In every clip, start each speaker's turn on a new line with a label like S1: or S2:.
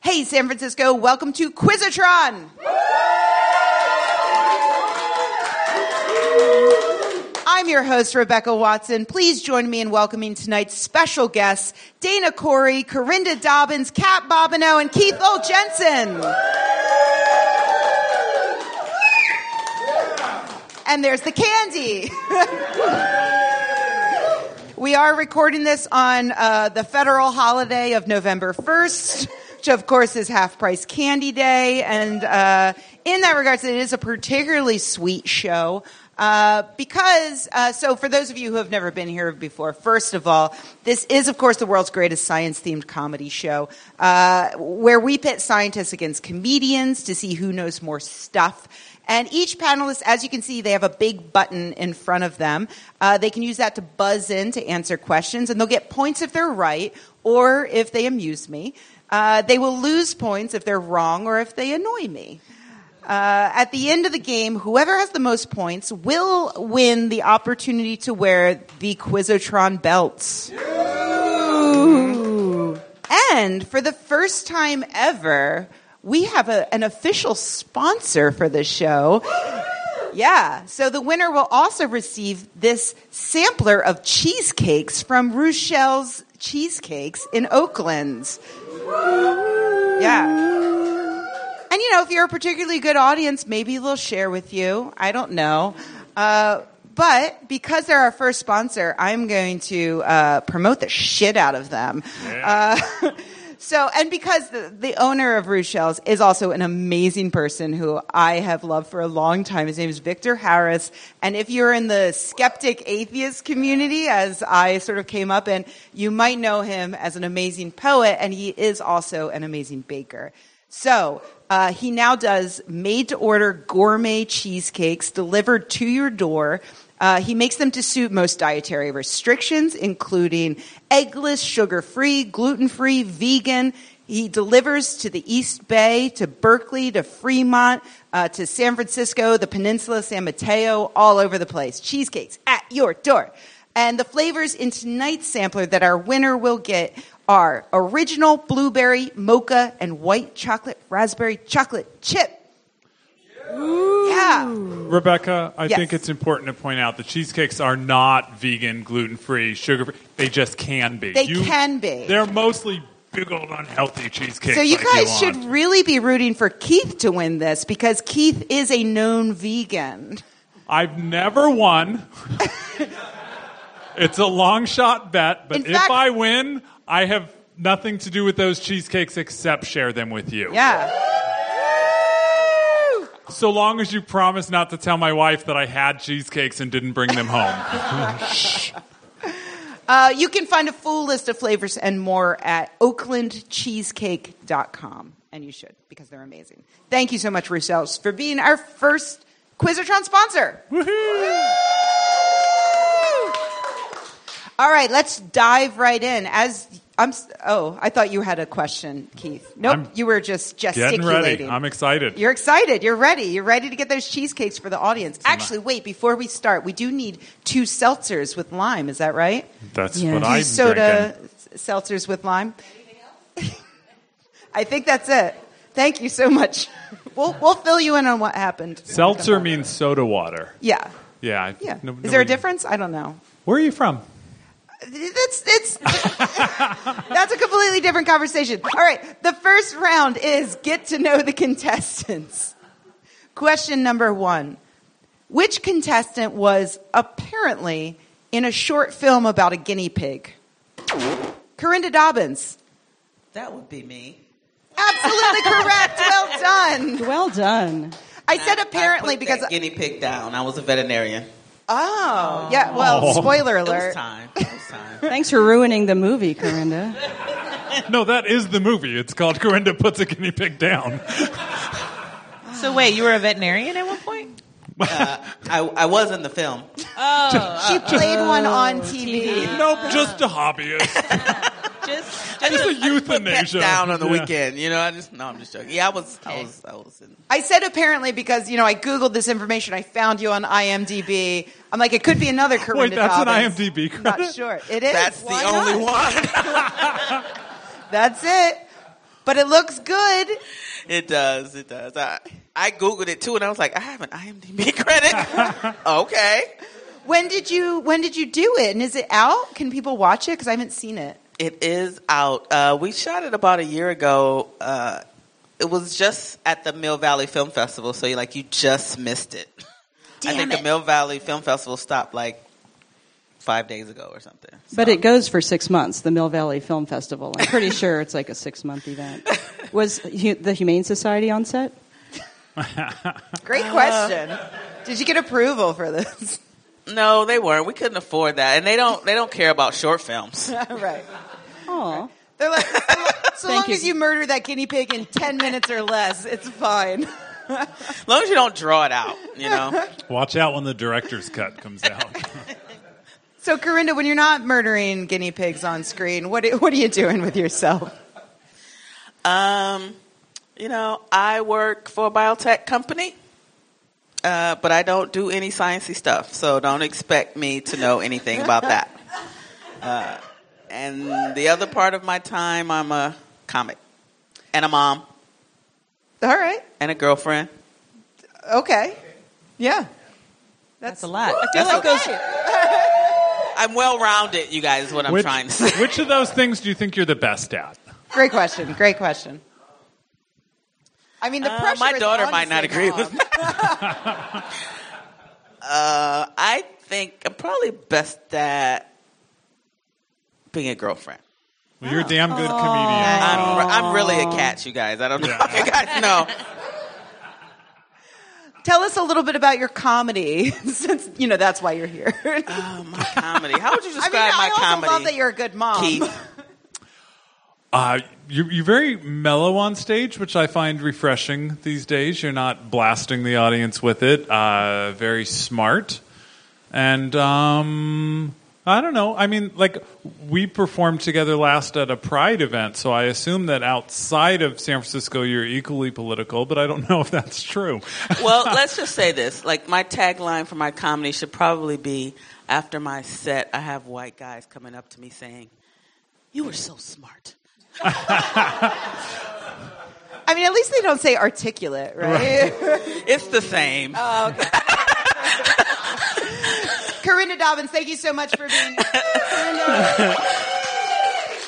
S1: Hey, San Francisco, welcome to Quizatron. I'm your host, Rebecca Watson. Please join me in welcoming tonight's special guests, Dana Corey, Corinda Dobbins, Kat Bobineau, and Keith Old Jensen. And there's the candy. We are recording this on uh, the federal holiday of November 1st, which of course is Half Price Candy Day. And uh, in that regards, it is a particularly sweet show. Uh, because, uh, so for those of you who have never been here before, first of all, this is, of course, the world's greatest science themed comedy show uh, where we pit scientists against comedians to see who knows more stuff. And each panelist, as you can see, they have a big button in front of them. Uh, they can use that to buzz in to answer questions, and they'll get points if they're right or if they amuse me. Uh, they will lose points if they're wrong or if they annoy me. Uh, at the end of the game, whoever has the most points will win the opportunity to wear the Quizotron belts. And for the first time ever, we have a, an official sponsor for the show. Yeah, so the winner will also receive this sampler of cheesecakes from Rochelle's Cheesecakes in Oakland. Yeah. And you know, if you're a particularly good audience, maybe they'll share with you. I don't know. Uh, but because they're our first sponsor, I'm going to uh, promote the shit out of them. Uh, so, and because the, the owner of Rochelle's is also an amazing person who I have loved for a long time. His name is Victor Harris. And if you're in the skeptic atheist community, as I sort of came up in, you might know him as an amazing poet, and he is also an amazing baker. So uh, he now does made to order gourmet cheesecakes delivered to your door. Uh, he makes them to suit most dietary restrictions, including eggless, sugar free, gluten free, vegan. He delivers to the East Bay, to Berkeley, to Fremont, uh, to San Francisco, the peninsula, San Mateo, all over the place. Cheesecakes at your door. And the flavors in tonight's sampler that our winner will get are original blueberry, mocha, and white chocolate, raspberry chocolate chip. Yeah.
S2: Rebecca, I
S1: Yes.
S2: think it's important to point out that cheesecakes are not vegan, gluten free, sugar free. They just can be.
S1: They can be.
S2: They're mostly big old unhealthy cheesecakes.
S1: So you
S2: like
S1: guys should
S2: want.
S1: really be rooting for Keith to win this because Keith is a known vegan.
S2: I've never won. it's a long shot bet, but
S1: In
S2: if
S1: fact-
S2: I win, I have nothing to do with those cheesecakes except share them with you.
S1: Yeah.
S2: So long as you promise not to tell my wife that I had cheesecakes and didn't bring them home.
S1: Uh, you can find a full list of flavors and more at oaklandcheesecake.com. And you should because they're amazing. Thank you so much, Roussells, for being our first Quizatron sponsor. All right, let's dive right in. As I'm, s- oh, I thought you had a question, Keith. Nope,
S2: I'm
S1: you were just gesticulating.
S2: Getting ready. I'm excited.
S1: You're excited. You're ready. You're ready to get those cheesecakes for the audience. Actually, wait, before we start, we do need two seltzers with lime. Is that right?
S2: That's
S3: Yeah.
S2: what
S3: You
S2: I'm
S1: Soda
S2: drinking.
S1: s- seltzers with lime. I think that's it. Thank you so much. We'll, we'll fill you in on what happened.
S2: Seltzer means soda water.
S1: Yeah.
S2: Yeah. I-
S1: Yeah.
S2: no-
S1: Is there a
S2: nobody-
S1: difference? I don't know.
S2: Where are you from?
S1: That's it's that's a completely different conversation. All right, the first round is get to know the contestants. Question number 1. Which contestant was apparently in a short film about a guinea pig? Corinda Dobbins.
S4: That would be me.
S1: Absolutely correct. Well done.
S3: Well done.
S1: I said
S4: I
S1: apparently
S4: put
S1: because
S4: that guinea pig down. I was a veterinarian.
S1: oh, yeah, well, spoiler
S4: It was
S1: alert.
S4: time. It was time.
S3: Thanks for ruining the movie, Corinda.
S2: No, that is the movie. It's called Corinda Puts a Guinea Pig Down.
S5: So wait, you were a veterinarian at one point?
S4: I, I was in the film.
S1: She played one on
S4: Oh,
S1: TV.
S2: nope, just a hobbyist.
S5: Just,
S2: Just a
S4: Put pets
S2: euthanasia.
S4: down on the
S2: Yeah.
S4: weekend. You know, I just no. I'm just joking. Yeah, I was. I was. I was in.
S1: I said apparently because you know I googled this information. I found you on IMDb. I'm like, it could be another Corinda
S2: Wait, that's an
S1: Dobbins.
S2: IMDb
S1: I'm
S2: credit?
S1: Not sure. It is.
S4: That's
S1: Why
S4: the only
S1: not?
S4: one.
S1: That's it. but it looks good.
S4: It does. It does. I, I googled it too, and I was like, I have an IMDb credit. okay.
S1: When did you when did you do it? And is it out? Can people watch it? Because I haven't seen it.
S4: It is out. Uh, we shot it about a year ago. Uh, it was just at the Mill Valley Film Festival, so you like you just missed it. I
S1: Damn
S4: think
S1: it.
S4: the Mill Valley Film Festival stopped like five days ago or something.
S3: But it goes for six months, the Mill Valley Film Festival. I'm pretty sure it's like a six month event. Was hu- the Humane Society on set?
S1: Great
S2: Uh,
S1: question. Did you get approval for this?
S4: No, they weren't. We couldn't afford that, and they don't. They don't care about short films.
S1: right.
S3: Oh,
S1: They're like, so
S3: Thank
S1: long
S3: you.
S1: as you murder that guinea pig in ten minutes or less, it's fine.
S4: As long as you don't draw it out, you know.
S2: Watch out when the director's cut comes out.
S1: So, Corinda, when you're not murdering guinea pigs on screen, what are- what are you doing with yourself?
S4: Um, you know, I work for a biotech company, uh, but I don't do any sciencey stuff, so don't expect me to know anything about that. Uh, and the other part of my time, I'm a comic, and a mom,
S1: All right.
S4: and a girlfriend.
S1: Okay. Yeah.
S5: That's a lot. I feel
S4: That's
S5: like those.
S4: okay. I'm well rounded, you guys. Is what I'm
S2: which,
S4: trying to say.
S2: which of those things do you think you're the best at?
S1: Great question. Great question. I mean, the
S4: Uh,
S1: pressure.
S4: my
S1: is
S4: daughter
S1: on
S4: might not
S1: to say
S4: agree
S1: mom.
S4: with Uh, I think I'm probably best at being a girlfriend.
S2: Well, you're a damn good
S1: Oh,
S2: comedian.
S4: I'm, I'm really a catch, you guys. I don't know if you guys know.
S1: Tell us a little bit about your comedy, since you know that's why you're here.
S4: Oh, my comedy. How would you
S1: I
S4: describe
S1: mean, I
S4: my
S1: also
S4: comedy?
S1: love that you're a good mom.
S4: Keith?
S2: Uh, you're, you're very mellow on stage, which I find refreshing these days. You're not blasting the audience with it. Uh, very smart. And um, I don't know. I mean, like, we performed together last at a Pride event, so I assume that outside of San Francisco, you're equally political, but I don't know if that's true.
S4: well, let's just say this. Like, my tagline for my comedy should probably be after my set, I have white guys coming up to me saying, You were so smart.
S1: I mean, at least they don't say articulate, right?
S4: It's the same.
S5: Uh,
S1: Corinda Dobbins, thank you so much for being.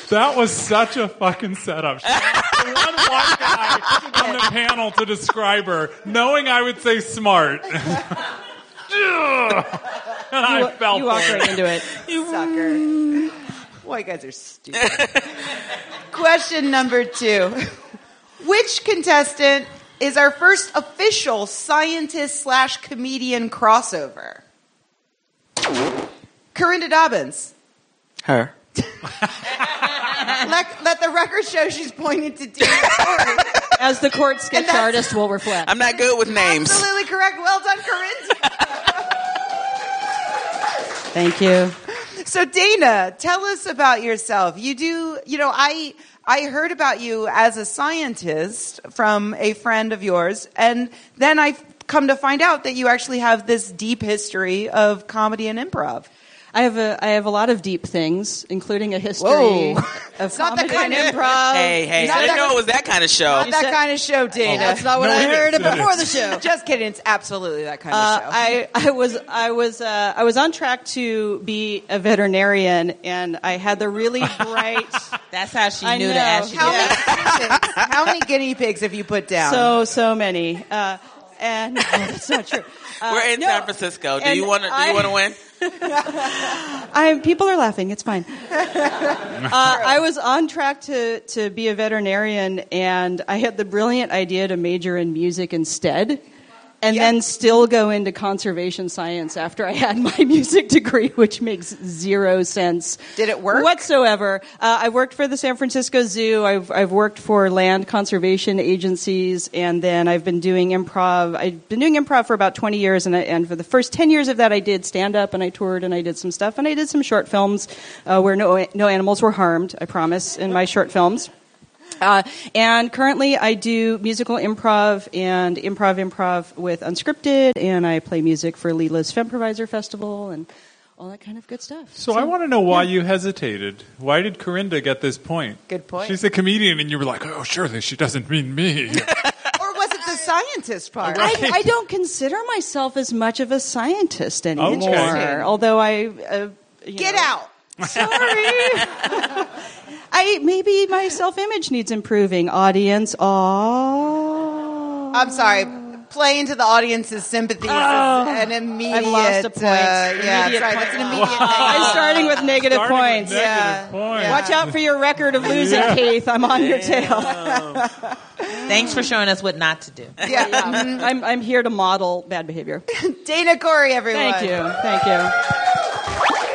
S2: That was such a fucking setup. She asked the one white guy on the panel to describe her, knowing I would say smart. and I fell
S3: you
S2: for
S3: walked
S2: it.
S3: right into it.
S1: Sucker. White guys are stupid. Question number two Which contestant is our first official scientist slash comedian crossover? Corinda Dobbins.
S4: Her.
S1: Let, let the record show she's pointing to Dean Torrey.
S3: As the court sketch
S1: that's-
S3: artist will reflect.
S4: I'm not good with names.
S1: Absolutely correct. Well done, Corinda.
S3: Thank you.
S1: So Dana, tell us about yourself. You do, you know, I I heard about you as a scientist from a friend of yours, and then I come to find out that you actually have this deep history of comedy and improv.
S3: I have a I have a lot of deep things, including a history
S1: Whoa.
S3: of
S1: It's not that
S3: comedy
S1: kind
S3: and
S1: of-
S3: improv.
S4: Hey, hey,
S1: Not
S4: I
S1: that-
S4: didn't know it was that kind of show.
S1: Not that kind of show, Dana.
S3: Oh, That's not what
S2: No,
S3: I
S2: it is,
S3: heard
S2: it
S3: before
S2: is.
S3: the show.
S1: Just kidding. It's absolutely that kind
S3: Uh,
S1: of show.
S3: I, I was I was uh, I was on track to be a veterinarian, and I had the really bright.
S5: That's how she
S3: I
S5: knew
S3: know.
S5: to ask you.
S1: how,
S5: that.
S1: many guinea pigs, how many guinea pigs have you put down?
S3: so so many, uh, and that's not true. Uh,
S4: We're in
S3: no,
S4: San Francisco. Do
S3: and
S4: you want to? Do
S3: I-
S4: you want to win?
S3: I people are laughing. It's fine. uh, I was on track to to be a veterinarian, and I had the brilliant idea to major in music instead, and
S1: Yeah.
S3: then still go into conservation science after I had my music degree, which makes zero sense.
S1: Did it work?
S3: whatsoever? Uh, I worked for the San Francisco Zoo. I've I've worked for land conservation agencies, and then I've been doing improv. I've been doing improv for about twenty years, and I, and for the first ten years of that, I did stand up and I toured and I did some stuff and I did some short films uh, where no no animals were harmed. I promise in my short films. Uh, and currently, I do musical improv and improv improv with Unscripted, and I play music for Leela's Femprovisor Festival and all that kind of good stuff.
S2: So I want to know why you hesitated. Why did Corinda get this point?
S1: Good point.
S2: She's a comedian, and you were like, "Oh, surely she doesn't mean me."
S1: Or was it the scientist part?
S2: Right.
S3: I, I don't consider myself as much of a scientist anymore.
S2: Interesting.
S3: Although I uh, you
S1: Get
S3: know.
S1: out.
S3: Sorry. I maybe my self image needs improving. Audience, oh.
S1: I'm sorry. Play into the audience's sympathy. an immediate.
S3: Oh, I've lost a point.
S1: Uh, yeah,
S3: Immediate
S1: sorry.
S3: point.
S1: That's an immediate.
S3: I'm
S1: thing.
S3: starting with negative
S2: Starting with
S3: points.
S2: negative
S1: Yeah.
S2: points.
S3: Watch out for your record of losing, Keith. I'm on your tail.
S5: Thanks for showing us what not to do.
S1: Yeah. Mm-hmm.
S3: I'm, I'm here to model bad behavior.
S1: Dana Corey, everyone.
S3: Thank you. Thank you.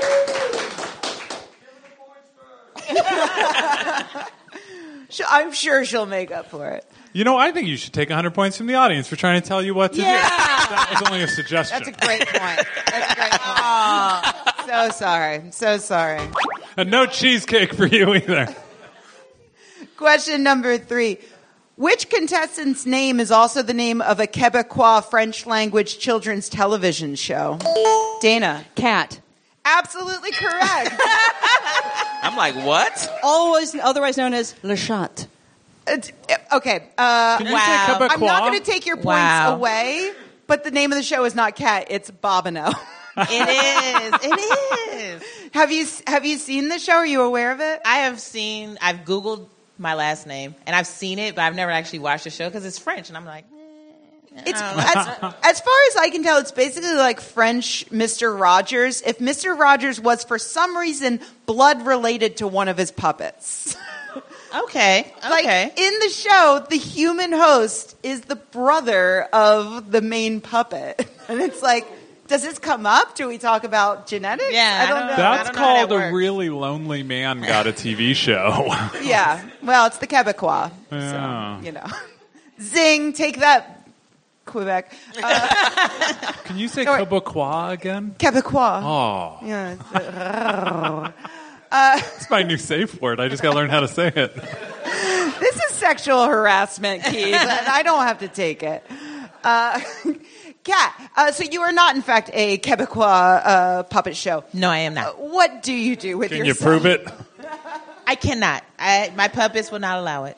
S1: Sh- I'm sure she'll make up for it.
S2: You know, I think you should take 100 points from the audience for trying to tell you what to do.
S3: Yeah.
S2: That was only a suggestion.
S1: That's a great point. That's a great point. So sorry. I'm so sorry.
S2: and no cheesecake for you either.
S1: Question number three. Which contestant's name is also the name of a Quebecois French language children's television show? Dana.
S3: Cat.
S1: Absolutely correct.
S4: I'm like, what?
S3: Always, otherwise known as Le Chat.
S1: Uh, d- uh, okay. Uh,
S2: Can you say Wow. Quebecois?
S1: I'm not going to take your points
S5: Wow.
S1: away, but the name of the show is not Cat. It's Bobino.
S5: It is. It is.
S1: have you s- have you seen the show? Are you aware of it?
S5: I have seen. I've Googled my last name, and I've seen it, but I've never actually watched the show because it's French, and I'm like, eh,
S1: It's
S5: I don't know.
S1: as, as far as I can tell, it's basically like French Mister Rogers. If Mister Rogers was for some reason blood related to one of his puppets,
S5: okay,
S1: like
S5: okay.
S1: in the show, the human host is the brother of the main puppet, and it's like, does this come up? Do we talk about genetics?
S5: Yeah,
S1: I don't know.
S5: I
S2: That's
S5: don't know how that
S2: called A
S5: works.
S2: Really Lonely Man Got a TV Show.
S1: Yeah. Well, it's the Quebecois.
S2: Yeah.
S1: So, you know. Zing, take that, Quebec.
S2: Can you say
S1: Sorry.
S2: Quebecois again?
S1: Quebecois.
S2: Oh,
S1: Yeah. it's-
S2: that's my new safe word. I just got to learn how to say it.
S1: This is sexual harassment, Keith, and I don't have to take it. Uh, Kat, uh, so you are not, in fact, a Quebecois uh, puppet show.
S5: no, I am not.
S1: What do you do with
S2: Can you
S1: yourself?
S2: prove it?
S5: I cannot. I, my puppets will not allow it.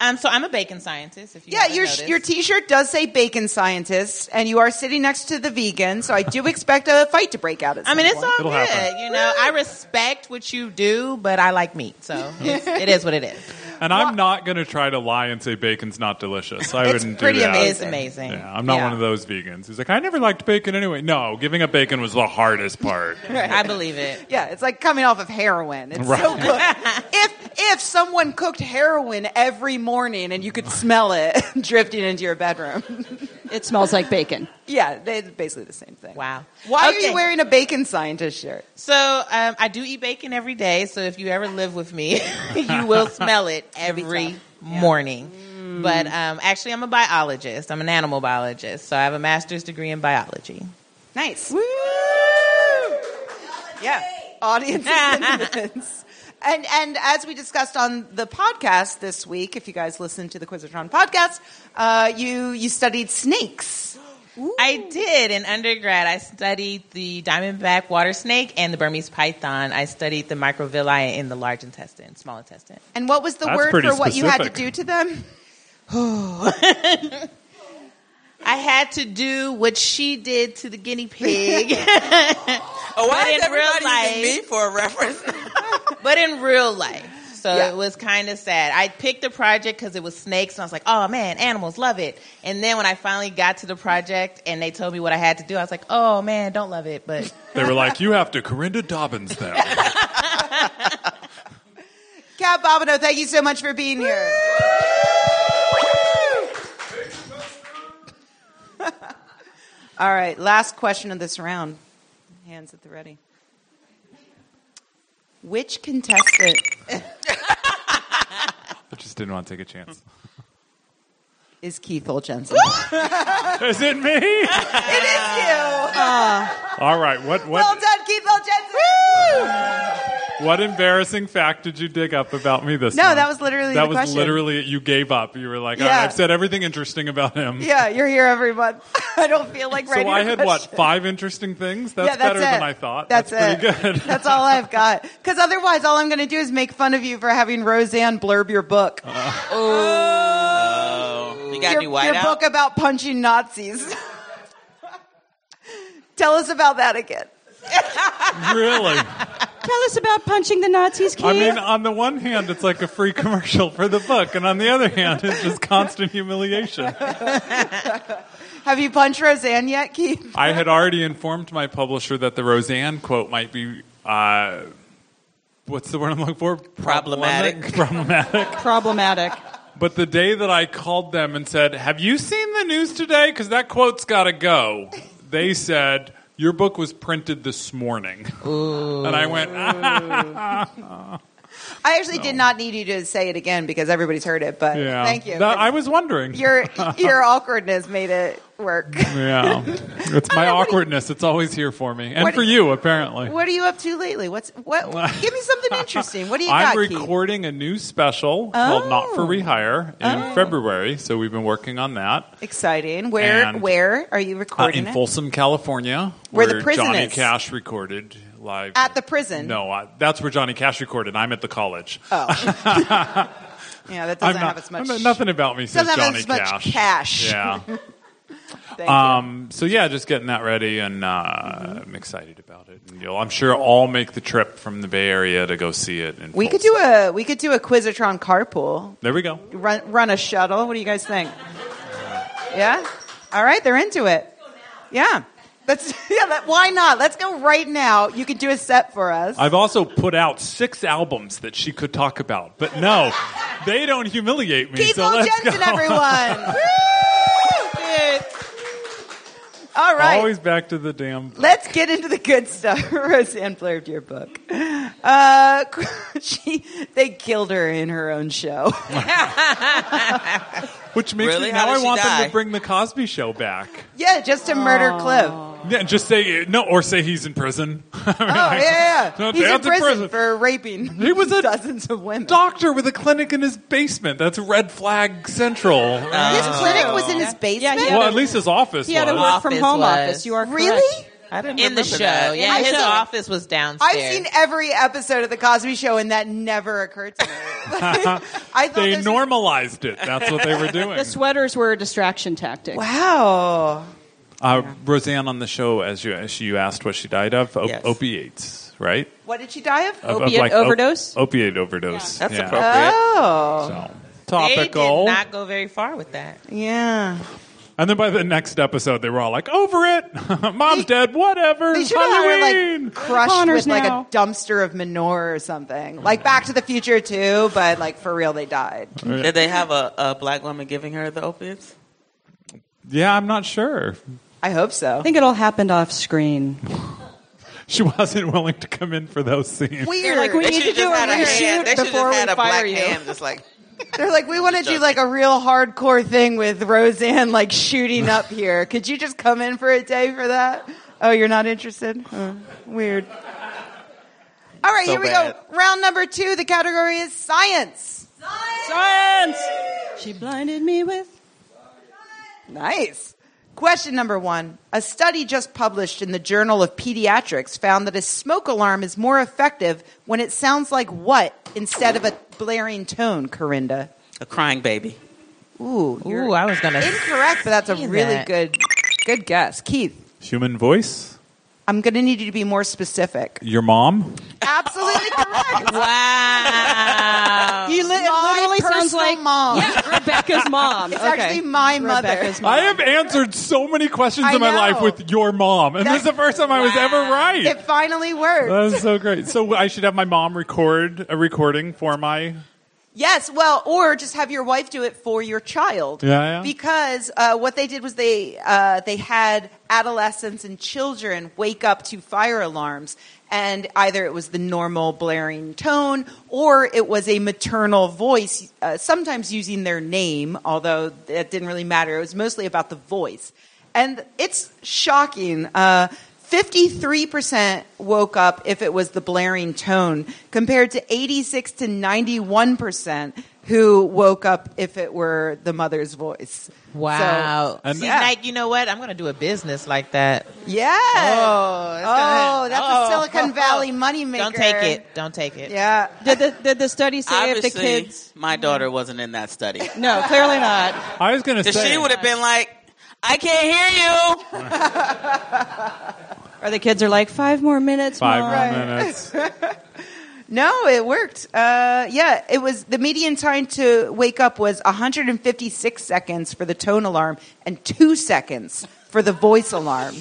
S5: Um, so I'm a bacon scientist. If you
S1: Yeah,
S5: haven't
S1: your
S5: noticed.
S1: your T-shirt does say "Bacon Scientist," and you are sitting next to the vegan, so I do expect a fight to break out. At
S5: I
S1: some
S5: mean, it's
S1: point.
S5: all
S2: It'll
S5: good.
S2: happen.
S5: You know, I respect what you do, but I like meat, so it's, it is what it is.
S2: And I'm not going to try to lie and say bacon's not delicious. I
S1: It's
S2: wouldn't
S1: pretty
S2: do that.
S5: It's amazing.
S2: Yeah, I'm not
S5: Yeah.
S2: one of those vegans who's like, I never liked bacon anyway. No, giving up bacon was the hardest part.
S5: I believe it.
S1: Yeah, it's like coming off of heroin. It's so
S2: Right.
S1: good. if if someone cooked heroin every morning and you could smell it drifting into your bedroom,
S3: It smells like bacon.
S1: yeah, they- it's basically the same thing.
S5: Wow.
S1: Why are
S5: Okay.
S1: you wearing a bacon scientist shirt?
S5: So um, I do eat bacon every day. So if you ever live with me, you will smell it every morning. But um, actually, I'm a biologist. I'm an animal biologist. So I have a master's degree in biology.
S1: Nice. Woo! Yeah. Audience attendance. And and as we discussed on the podcast this week, if you guys listened to the Quizatron podcast, uh, you you studied snakes.
S5: I did in undergrad. I studied the diamondback water snake and the Burmese python. I studied the microvilli in the large intestine, small intestine.
S1: And what was the
S2: That's
S1: word
S2: pretty
S1: for what you had to
S2: specific.
S1: do to them?
S5: I had to do what she did to the guinea pig.
S4: Oh,
S5: But
S4: why
S5: in
S4: is
S5: real
S4: everybody using
S5: life-
S4: me for a reference?
S5: but in real life. So
S1: Yeah.
S5: it was kind of sad. I picked the project because it was snakes, and I was like, oh man, animals love it. And then when I finally got to the project and they told me what I had to do, I was like, oh man, don't love it. But
S2: They were like, you have to Corinda Dobbins them.
S1: Kat Bobineau, thank you so much for being here. All right, last question of this round. Hands at the ready. Which contestant?
S2: I just didn't want to take a chance.
S1: Is Keith Olchensen.
S2: Is it me?
S1: it is you.
S2: All right. What? What?
S1: Well done, Keith Olchensen.
S2: What embarrassing fact did you dig up about me this
S1: No,
S2: month?
S1: that was literally
S2: That
S1: the
S2: was
S1: question.
S2: literally you gave up. You were like, All
S1: Yeah.
S2: right, I've said everything interesting about him.
S1: Yeah, you're here every month. I don't feel like
S2: So
S1: writing.
S2: I
S1: a
S2: had what
S1: question.
S2: five interesting things? That's,
S1: yeah, that's
S2: better
S1: it.
S2: than I thought.
S1: That's,
S2: pretty
S1: it.
S2: good.
S1: that's all I've got. Because otherwise, all I'm going to do is make fun of you for having Roseanne blurb your book,
S4: You got
S1: your,
S4: any
S1: your
S4: white out?
S1: book about punching Nazis. Tell us about that again.
S2: really.
S3: Tell us about punching the Nazis, Keith.
S2: I mean, on the one hand, it's like a free commercial for the book, and on the other hand, it's just constant humiliation.
S1: Have you punched Roseanne yet, Keith?
S2: I had already informed my publisher that the Roseanne quote might be. Uh, What's the word I'm looking for?
S4: Problematic.
S2: Problematic.
S3: Problematic.
S2: But the day that I called them and said, Have you seen the news today? Because that quote's got to go. They said, Your book was printed this morning. And I went, ah.
S1: I actually did not need you to say it again because everybody's heard it. But
S2: Yeah.
S1: thank you.
S2: That- I was wondering.
S1: your your awkwardness made it work.
S2: yeah. It's my
S1: know, what do you-
S2: awkwardness. It's always here for me.
S1: What
S2: And
S1: do
S2: for
S1: you-
S2: you, apparently.
S1: What are you up to lately? What's what? Give me something interesting. What do you
S2: I'm
S1: got? Keith? Oh.
S2: recording a new special called Not for Rehire in February. So we've been working on that.
S1: Exciting. Where
S2: And-
S1: where are you
S2: Uh,
S1: recording
S2: in
S1: it?
S2: Folsom, California,
S1: Where the prison
S2: Johnny
S1: is.
S2: Cash recorded live
S1: At the prison?
S2: No, I, that's where Johnny Cash recorded. I'm at the college.
S1: yeah, that
S2: I'm
S1: Oh, doesn't
S2: not,
S1: have as much.
S2: I'm not- nothing about me says
S1: doesn't have
S2: Johnny
S1: as much
S2: Cash.
S1: cash.
S2: Yeah.
S1: Thank
S2: Um, so yeah, just getting that ready, and uh, I'm excited about it. And you'll, I'm sure all make the trip from the Bay Area to go see it. In
S1: you. We could
S2: Folsom.
S1: do a we could do a Quizatron carpool.
S2: There we go.
S1: Run run a shuttle. What do you guys think? Yeah. All right, they're into it. Yeah. Let's yeah. That, why not? Let's go right now. You could do a set for us.
S2: I've also put out six albums that she could talk about, but no, they don't humiliate me.
S1: Keith
S2: so
S1: Will
S2: let's
S1: Jensen,
S2: go.
S1: everyone. Woo! All right.
S2: Always back to the damn.
S1: Let's get into the good stuff. Roseanne Blair of your book. Uh, she, they killed her in her own show.
S2: Which makes
S4: Really?
S2: me
S4: How
S2: now
S4: did
S2: I
S4: she
S2: want them
S4: die?
S2: to bring the Cosby Show back.
S1: yeah, just to murder Cliff.
S2: Yeah, just say no, or say he's in prison. I mean,
S1: Oh yeah, yeah.
S2: like,
S1: yeah.
S2: No,
S1: He's in
S2: dad's in
S1: prison,
S2: prison.
S1: for raping.
S2: He was a
S1: dozens of women.
S2: Doctor with a clinic in his basement. That's red flag central.
S1: his clinic was in his basement.
S3: Yeah, he had
S2: Uh, well, at least his office
S3: He had a
S2: was.
S3: work from
S5: Office
S3: home
S5: was.
S3: office. You are correct.
S1: really?
S4: I didn't
S5: in the show.
S4: remember that.
S5: Yeah,
S1: the
S5: his
S1: show.
S5: office was downstairs.
S1: I've seen every episode of the Cosby Show, and that never occurred to me. Like, I thought
S2: they
S1: this-
S2: normalized it. That's what they were doing.
S3: The sweaters were a distraction tactic.
S1: Wow.
S2: uh, Roseanne on the show, as you as you asked what she died of, op-
S4: Yes.
S2: opiates, right?
S1: What did she die of?
S2: Of- of,
S3: Opiate
S2: op-
S3: overdose?
S2: opiate overdose.
S4: That's
S2: Uh, yeah.
S4: appropriate.
S1: Oh,
S2: So,
S5: They
S2: topical.
S5: did not go very far with that.
S1: yeah.
S2: and then by the next episode, they were all like, "Over it, mom's dead, whatever."
S1: They
S2: it's
S1: should have had her
S2: Halloween.
S1: like crushed
S3: Connors
S1: with like
S3: now.
S1: a dumpster of manure or something. Like Back to the Future too, but like for real, they died.
S4: Did they have a, a black woman giving her the opiates?
S2: yeah, I'm not sure.
S1: I hope so.
S3: I think it all happened off screen.
S2: She wasn't willing to come in for those scenes.
S1: Weird.
S3: like, we
S4: They
S3: need
S4: should
S3: to do
S4: just
S3: a
S4: had a
S3: reshoot
S4: hand. They should
S3: before
S4: just
S3: we
S4: had a
S3: fire
S4: black
S3: you.
S4: hand, just like
S1: They're like, we want to do like a real hardcore thing with Roseanne like shooting up here. Could you just come in for a day for that? Oh, you're not interested? Oh, weird. All right,
S4: So
S1: here we
S4: bad.
S1: go. Round number two. The category is science.
S3: Science. She blinded me with.
S1: Nice. Question number one. A study just published in the Journal of Pediatrics found that a smoke alarm is more effective when it sounds like what instead of a blaring tone, Corinda?
S4: a crying baby.
S1: Ooh, you're
S5: Ooh, I was gonna.
S1: incorrect, but that's a
S5: say
S1: really
S5: that.
S1: good good guess. Keith,
S2: Human voice.
S1: I'm going to need you to be more specific.
S2: Your mom.
S1: Absolutely correct.
S5: Wow.
S1: You li- it
S3: My
S1: literally sounds
S3: personal
S1: like mom.
S3: Rebecca's mom.
S1: It's
S3: Okay.
S1: actually my mother.
S3: Rebecca's mom.
S2: I have answered so many questions
S1: I
S2: in my
S1: know.
S2: life with your mom, and this is the
S1: That's-
S2: first time I was ever right.
S1: It finally worked.
S2: that was so great. So I should have my mom record a recording for my.
S1: Yes, well, or just have your wife do it for your child.
S2: Yeah, yeah.
S1: Because uh, what they did was they uh, they had adolescents and children wake up to fire alarms, and either it was the normal blaring tone or it was a maternal voice, uh, sometimes using their name, although that didn't really matter. It was mostly about the voice, and it's shocking. Uh, 53% woke up if it was the blaring tone, compared to 86 to 91% who woke up if it were the mother's voice.
S5: Wow.
S1: So,
S5: See,
S1: yeah.
S5: Nike, you know what? I'm going to do a business like that.
S1: yeah.
S5: Oh,
S1: Oh,
S5: it's gonna-
S1: that's
S5: oh.
S1: a Silicon Valley moneymaker.
S5: Don't take it. Don't take it.
S1: Yeah.
S3: Did the, did the study say
S4: Obviously,
S3: if the kids?
S4: my daughter wasn't in that study.
S3: No, clearly not.
S2: I was going to
S4: 'Cause
S2: say
S4: she would have been like, I can't hear you.
S3: Or the kids are like five more minutes.
S2: five
S3: Mom."
S2: more minutes.
S1: No, it worked. Uh, yeah, it was the median time to wake up was 156 seconds for the tone alarm and two seconds for the voice alarm.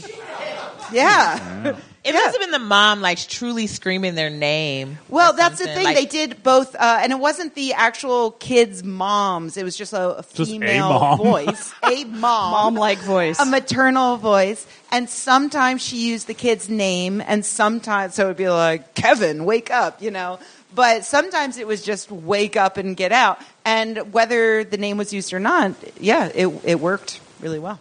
S1: Yeah.
S5: It must have been the mom, like truly screaming their name. or
S1: Well, that's the
S5: something,
S1: thing.
S5: like-
S1: they did both, uh, and it wasn't the actual kids' moms. It was just a, a
S2: Just a
S1: female
S2: mom.
S1: voice, a mom,
S3: Mom-like voice.
S1: a maternal voice. And sometimes she used the kid's name, and sometimes so it would be like Kevin, wake up, you know. But sometimes it was just wake up and get out. And whether the name was used or not, yeah, it it worked really well.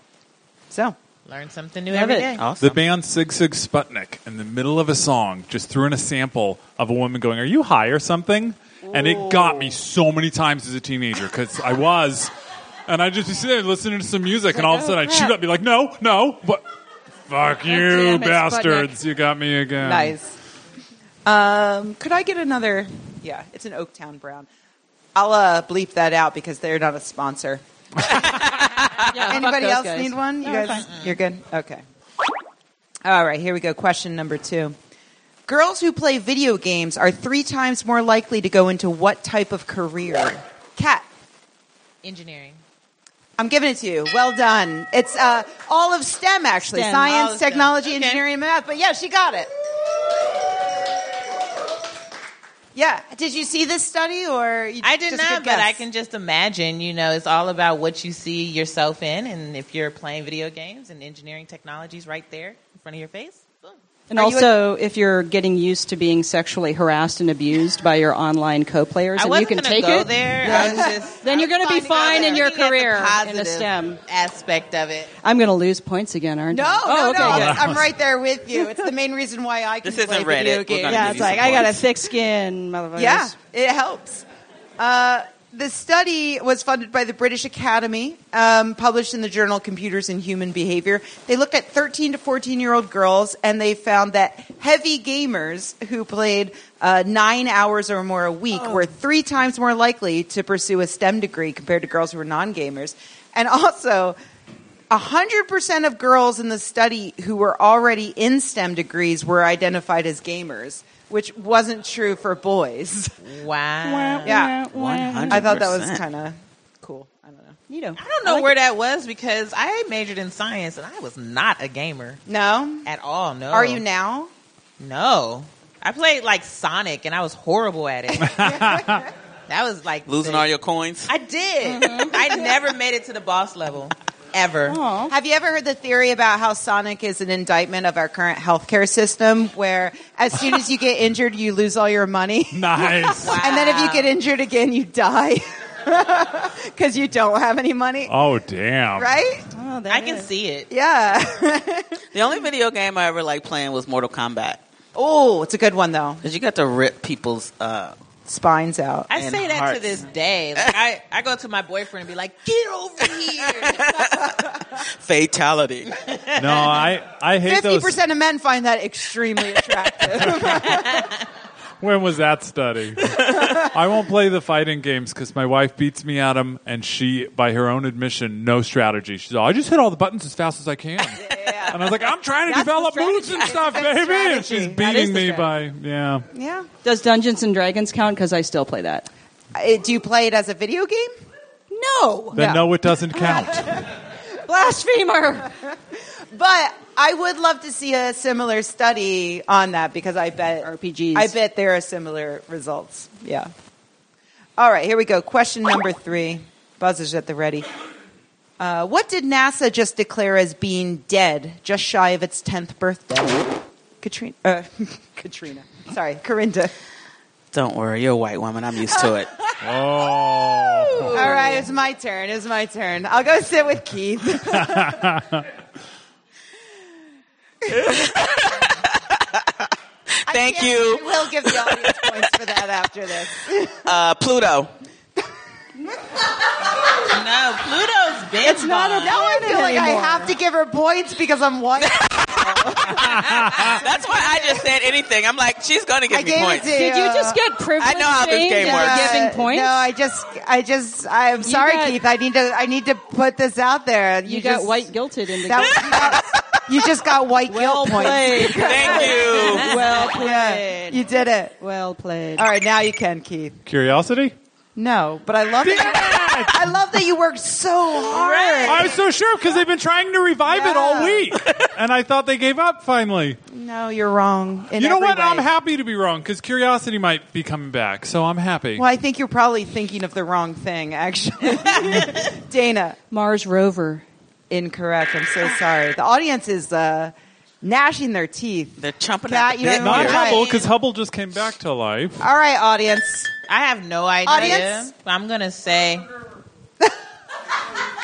S1: So
S5: learn something new
S3: Love
S5: every
S3: it.
S5: day.
S2: The band Sig Sig Sputnik, in the middle of a song, just threw in a sample of a woman going, Are you high or something? And it got me so many times as a teenager because I was. And I just be sitting there listening to some music, and all of a
S1: oh,
S2: sudden I'd shoot up and be like, No, no, what? Fuck you,
S1: damn it, Sputnik.
S2: bastards. You got me again.
S1: Nice. Um, could I get another? Yeah, it's an Oaktown Brown. I'll uh, bleep that out because they're not a sponsor.
S3: Yeah, fuck
S1: Anybody
S3: those
S1: else
S3: guys.
S1: need one? you guys, you're good. Okay. All right, here we go. Question number two. Girls who play video games are three times more likely to go into what type of career? Cat,
S5: Engineering.
S1: I'm giving it to you. Well done. It's uh, all of STEM actually:
S3: STEM,
S5: all of
S1: science,
S5: STEM.
S1: technology,
S5: Okay.
S1: engineering, and math. But yeah, she got it. Yeah. Did you see this study or you
S5: I did
S1: just a
S5: not,
S1: good
S5: but I
S1: guess?
S5: can just imagine. You know, it's all about what you see yourself in, and if you're playing video games and engineering technologies right there in front of your face. Boom.
S3: And
S1: Are you
S3: also, if you're getting used to being sexually harassed and abused by your online co-players,
S5: I
S3: and you
S5: wasn't
S3: can
S5: gonna
S3: take
S5: go
S3: it,
S5: there. I was just,
S3: then you're going to be fine in your
S5: Looking at the
S3: career in a
S5: positive
S3: STEM.
S5: aspect of it.
S3: I'm going to lose points again, aren't
S1: No,
S3: I?
S1: no,
S3: oh, okay,
S1: no.
S3: good.
S1: I'm, I'm right there with you. It's the main reason why I can
S4: This
S1: play
S4: isn't Reddit.
S1: video
S4: We're
S1: games.
S4: gonna
S3: Yeah,
S4: give
S3: it's
S4: you
S3: like
S4: some
S3: I got a
S4: points.
S3: thick skin, motherfuckers.
S1: Yeah, it helps. Uh, the study was funded by the British Academy, um, published in the journal Computers and Human Behavior. They looked at 13 to 14 year old girls, and they found that heavy gamers who played uh, nine hours or more a week were three times more likely to pursue a STEM degree compared to girls who were non gamers. And also, 100% of girls in the study who were already in STEM degrees were identified as gamers, which wasn't true for boys.
S5: Wow.
S1: Yeah. I thought that was
S4: 100%.
S1: kind of cool. I don't know.
S3: You know,
S5: I don't know where that was because I majored in science and I was not a gamer
S1: No?
S5: at all. No.
S1: Are you
S2: Oh.
S1: now?
S5: No. I played like Sonic and I was horrible at it. that was like
S4: Losing
S5: the-
S4: all your coins.
S5: I did. I never made it to the boss level ever.
S3: Aw.
S1: Have you ever heard the theory about how Sonic is an indictment of our current healthcare system where as soon as you get injured, you lose all your money?
S2: Nice.
S1: And then if you get injured again, you die because you don't have any money,
S2: Oh, damn.
S1: right?
S3: Oh, that
S5: I can
S3: is-
S5: see it.
S1: Yeah.
S4: The only video game I ever liked playing was Mortal Kombat.
S1: oh, it's a good one though.
S4: Because you got to rip people's. Uh,
S1: Spines out.
S5: I
S4: And
S5: say that
S4: hearts.
S5: to this day. Like, I, I go to my boyfriend and be like, get over here.
S4: fatality.
S2: No, I, I hate
S1: Fifty
S2: those.
S1: percent of men find that extremely attractive.
S2: When was that study? I won't play the fighting games because my wife beats me at them, and she, by her own admission, no strategy. She's all, I just hit all the buttons as fast as I can. And I was like, I'm trying to
S1: That's the
S2: develop
S1: strategy.
S2: moves and stuff,
S1: That's the
S2: baby. And
S1: strategy.
S2: she's
S3: That is
S2: beating
S3: the
S2: me by, yeah.
S1: yeah.
S3: Does Dungeons and Dragons count? Because I still play that.
S1: Uh, Do you play it as a video game? No.
S2: Then no, it doesn't count.
S3: Blasphemer!
S1: But I would love to see a similar study on that because I bet
S3: RPGs.
S1: I bet there are similar results. Yeah. All right, here we go. Question number three. Buzzers at the ready. Uh, what did NASA just declare as being dead, just shy of its tenth birthday? Katrina. Uh, Katrina. Sorry, Corinda.
S4: Don't worry, you're a white woman. I'm used to it.
S2: oh.
S1: All right, it's my turn. It's my turn. I'll go sit with Keith.
S4: Thank
S5: Yes,
S4: you.
S5: I will give the audience points for that after this.
S4: Uh, Pluto.
S5: No, Pluto's been
S3: It's not a
S5: gone.
S1: Now I feel like I
S3: anymore.
S1: have to give her points because I'm white.
S4: That's why I just said anything. I'm like, she's gonna give
S1: I
S4: me
S1: gave
S4: points.
S1: it to
S3: Did you just get
S4: I
S3: privileged?
S4: know how this
S3: shamed
S4: game
S3: out of
S4: works.
S3: Giving
S1: Uh,
S3: points.
S1: No, I just, I just, I'm sorry,
S3: got-
S1: Keith. I need to, I need to put this out there.
S3: you, got
S1: just-
S3: white guilted in the
S1: That was, that- you just got white
S3: Well
S1: guilt points.
S3: played.
S4: Thank you.
S3: well played.
S1: Yeah, you did it.
S3: Well played.
S1: All right, now you can, Keith.
S2: Curiosity?
S1: No, but I love that. I love that you worked so hard.
S2: I was so sure because they've been trying to revive it all
S1: Yeah.
S2: week, and I thought they gave up finally.
S1: No, you're wrong. in
S2: you know
S1: every
S2: what?
S1: way.
S2: I'm happy to be wrong because curiosity might be coming back, so I'm happy.
S1: Well, I think you're probably thinking of the wrong thing, actually. Dana,
S3: Mars rover.
S1: incorrect. I'm so sorry. The audience is uh, gnashing their teeth.
S4: They're chomping
S1: Cat,
S4: at the
S1: you
S4: bit
S1: don't
S2: Not
S1: You're
S4: here.
S1: right.
S2: Hubble because Hubble just came back to life.
S1: All right, audience,
S5: I have no idea.
S1: Audience?
S5: I'm gonna say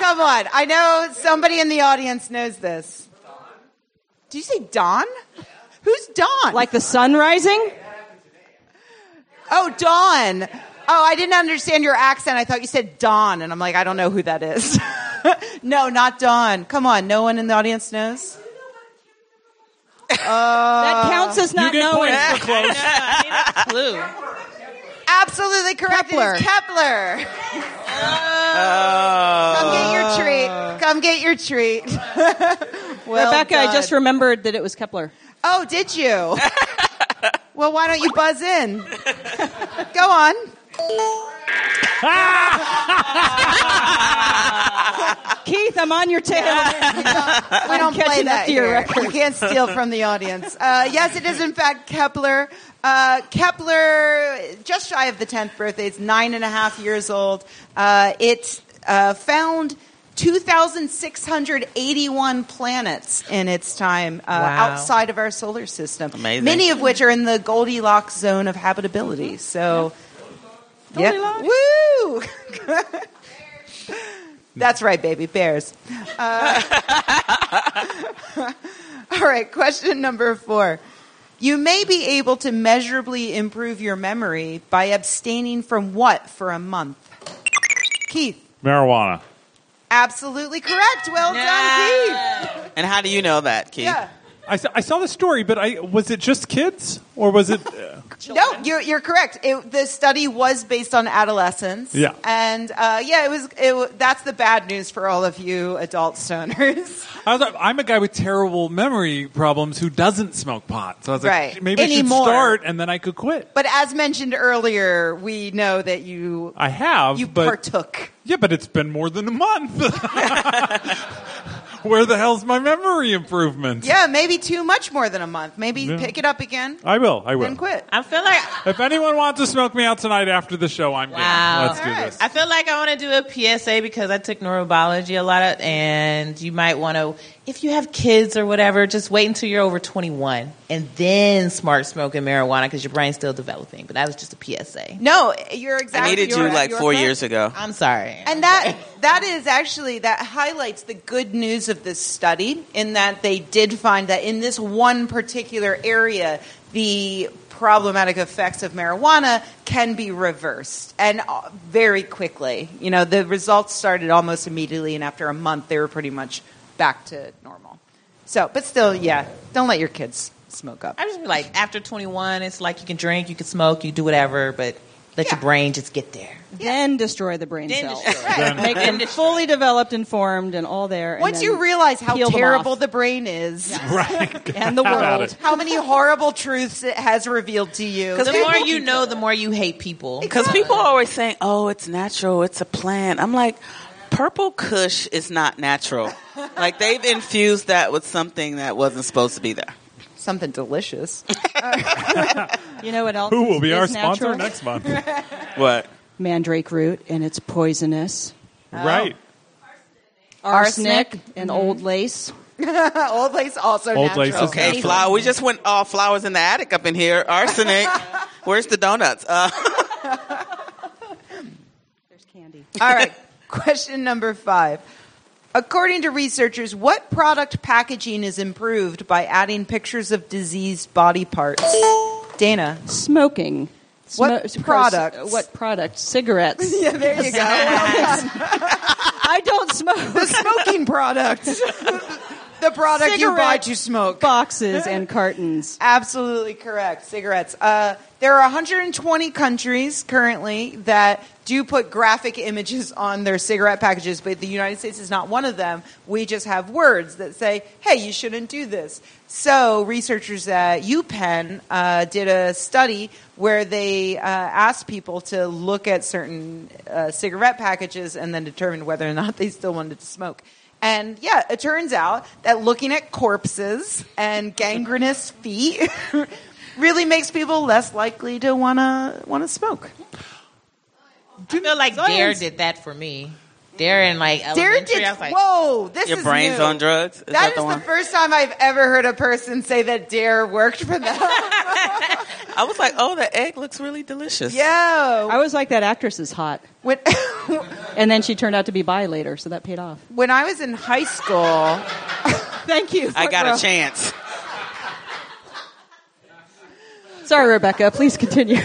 S1: come on. I know somebody in the audience knows this. Do you say Don? Who's Don?
S3: Like the sun rising?
S1: oh, Don. Oh, I didn't understand your accent. I thought you said Don, and I'm like, I don't know who that is. no, not Don. Come on, no one in the audience knows.
S3: that counts as
S2: You
S3: not
S2: get
S3: knowing.
S2: points for close.
S5: I need a clue.
S1: Absolutely correct. It is Kepler. Come get your treat. Come get your treat. well
S3: Rebecca, I
S1: done.
S3: just remembered that it was Kepler.
S1: Oh, did you? well, why don't you buzz in? Go on.
S3: Keith, I'm on your tail.
S1: We don't play
S3: catching
S1: that
S3: up to your
S1: here.
S3: record.
S1: You can't steal from the audience. Uh, yes, it is in fact Kepler. Uh, Kepler, just shy of the tenth birthday. It's nine and a half years old. Uh, it uh, found. 2,681 planets in its time uh,
S5: Wow.
S1: outside of our solar system.
S4: Amazing.
S1: Many of which are in the Goldilocks zone of habitability. So, yeah.
S3: Goldilocks.
S1: Woo! That's right, baby. Bears. Uh, All right, question number four. You may be able to measurably improve your memory by abstaining from what for a month? Keith,
S2: Marijuana.
S1: absolutely correct. Well done, Keith.
S4: And how do you know that, Keith?
S1: Yeah.
S2: I saw, I saw the story, but I was it just kids or was it? Uh,
S1: No, you're, you're correct. It, the study was based on adolescents.
S2: Yeah.
S1: And uh, yeah, it was. It, wa- that's the bad news for all of you adult stoners.
S2: I was, like, I'm a guy with terrible memory problems who doesn't smoke pot, so I was like,
S1: Right.
S2: maybe I
S1: Anymore.
S2: should start and then I could quit.
S1: But as mentioned earlier, we know that you
S2: I have,
S1: you
S2: Uh, but
S1: partook.
S2: yeah, but it's been more than a month. Where the hell's my memory improvement?
S1: Yeah, maybe too much more than a month. Maybe
S2: Yeah.
S1: pick it up again
S2: I will. I will.
S1: and quit.
S5: I feel like
S2: If anyone wants to smoke me out tonight after the show, I'm
S5: Wow.
S2: down. Let's do
S1: All right.
S2: this.
S5: I feel like I want to do a PSA because I took neurobiology a lot, of, and you might want to, if you have kids or whatever, just wait until you're over 21 and then start smoking marijuana because your brain's still developing. But that was just a PSA.
S1: No, you're exactly.
S4: I needed you
S1: you're-
S4: like
S1: you're
S4: four
S1: correct.
S4: years ago.
S5: I'm sorry.
S1: And that that is actually that highlights the good news of this study in that they did find that in this one particular area the problematic effects of marijuana can be reversed and uh, very quickly. You know, the results started almost immediately and after a month they were pretty much back to normal. So, but still, yeah, don't let your kids smoke up.
S5: I just be like, after 21, it's like you can drink, you can smoke, you do whatever, but let
S1: Yeah.
S5: your brain just get there.
S3: Then destroy the brain
S5: Then
S3: cells.
S5: destroy
S3: Make them fully developed and formed and all there. and
S1: Once
S3: then-
S1: you realize how
S3: peel them
S1: terrible
S3: off.
S1: the brain is
S2: Right.
S1: and the
S2: How about
S1: world,
S2: it?
S1: how many horrible truths it has revealed to you.
S5: The more you know, the more you hate people.
S4: Because people are always saying, "Oh, it's natural. It's a plant." I'm like, purple Kush is not natural. like they've infused that with something that wasn't supposed to be there.
S1: Something delicious.
S3: You know what else?
S2: Who will be
S3: is
S2: our sponsor
S3: natural?
S2: next month?
S4: What?
S3: Mandrake root, and it's poisonous.
S2: Right.
S3: Arsenic, Mm-hmm. and old lace.
S1: Old lace also
S2: Old
S1: natural.
S2: lace is
S4: Okay,
S2: natural.
S4: flower. We just went all flowers in the attic up in here. Arsenic. Where's the donuts? Uh,
S3: There's candy.
S1: All right. Question number five. According to researchers, what product packaging is improved by adding pictures of diseased body parts? Dana.
S3: Smoking.
S1: What
S3: Smo- uh,
S1: products?
S3: What product? Cigarettes.
S1: Yeah, there you go.
S3: I don't smoke.
S1: the smoking product. the product you buy
S3: Cigarette
S1: to smoke.
S3: Boxes and cartons.
S1: Absolutely correct. Cigarettes. Uh, there are 120 countries currently that do put graphic images on their cigarette packages, but the United States is not one of them. We just have words that say, hey, you shouldn't do this. So, researchers at UPenn uh, did a study where they uh, asked people to look at certain uh, cigarette packages and then determine whether or not they still wanted to smoke. And yeah, it turns out that looking at corpses and gangrenous feet really makes people less likely to wanna wanna smoke.
S5: I feel like Dare did that for me. Dare in like
S1: Dare
S5: elementary,
S1: did.
S5: I was like,
S1: whoa, this
S4: Your
S1: is
S4: brain's
S1: new.
S4: on drugs. Is that,
S1: that is
S4: the
S1: the,
S4: one?
S1: first time I've ever heard a person say that Dare worked for them.
S4: I was like, oh, the egg looks really delicious.
S1: Yo,
S3: I was like, that actress is hot.
S1: when
S3: And then she turned out to be bi later, so that paid off.
S1: when I was in high school,
S3: Thank you.
S4: I got
S3: Ro-
S4: a chance.
S3: Sorry, Rebecca. Please continue.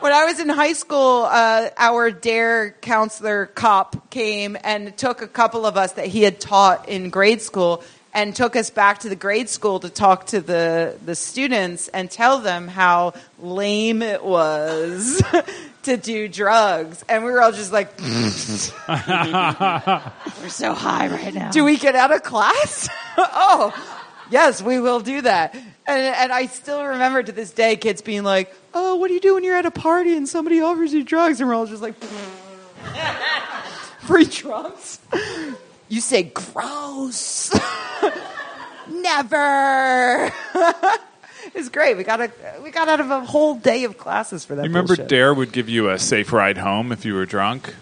S1: When I was in high school, uh, our dare counselor cop came and took a couple of us that he had taught in grade school and took us back to the grade school to talk to the, the students and tell them how lame it was to do drugs. And we were all just like,
S3: We're so high right now.
S1: do we get out of class? oh, yes, we will do that. And, and I still remember to this day kids being like, oh, what do you do when you're at a party and somebody offers you drugs? And we're all just like, free drugs? You say gross. Never. it's great. We got a, we got out of a whole day of classes for that.
S2: You remember
S1: bullshit.
S2: Dare would give you a safe ride home if you were drunk?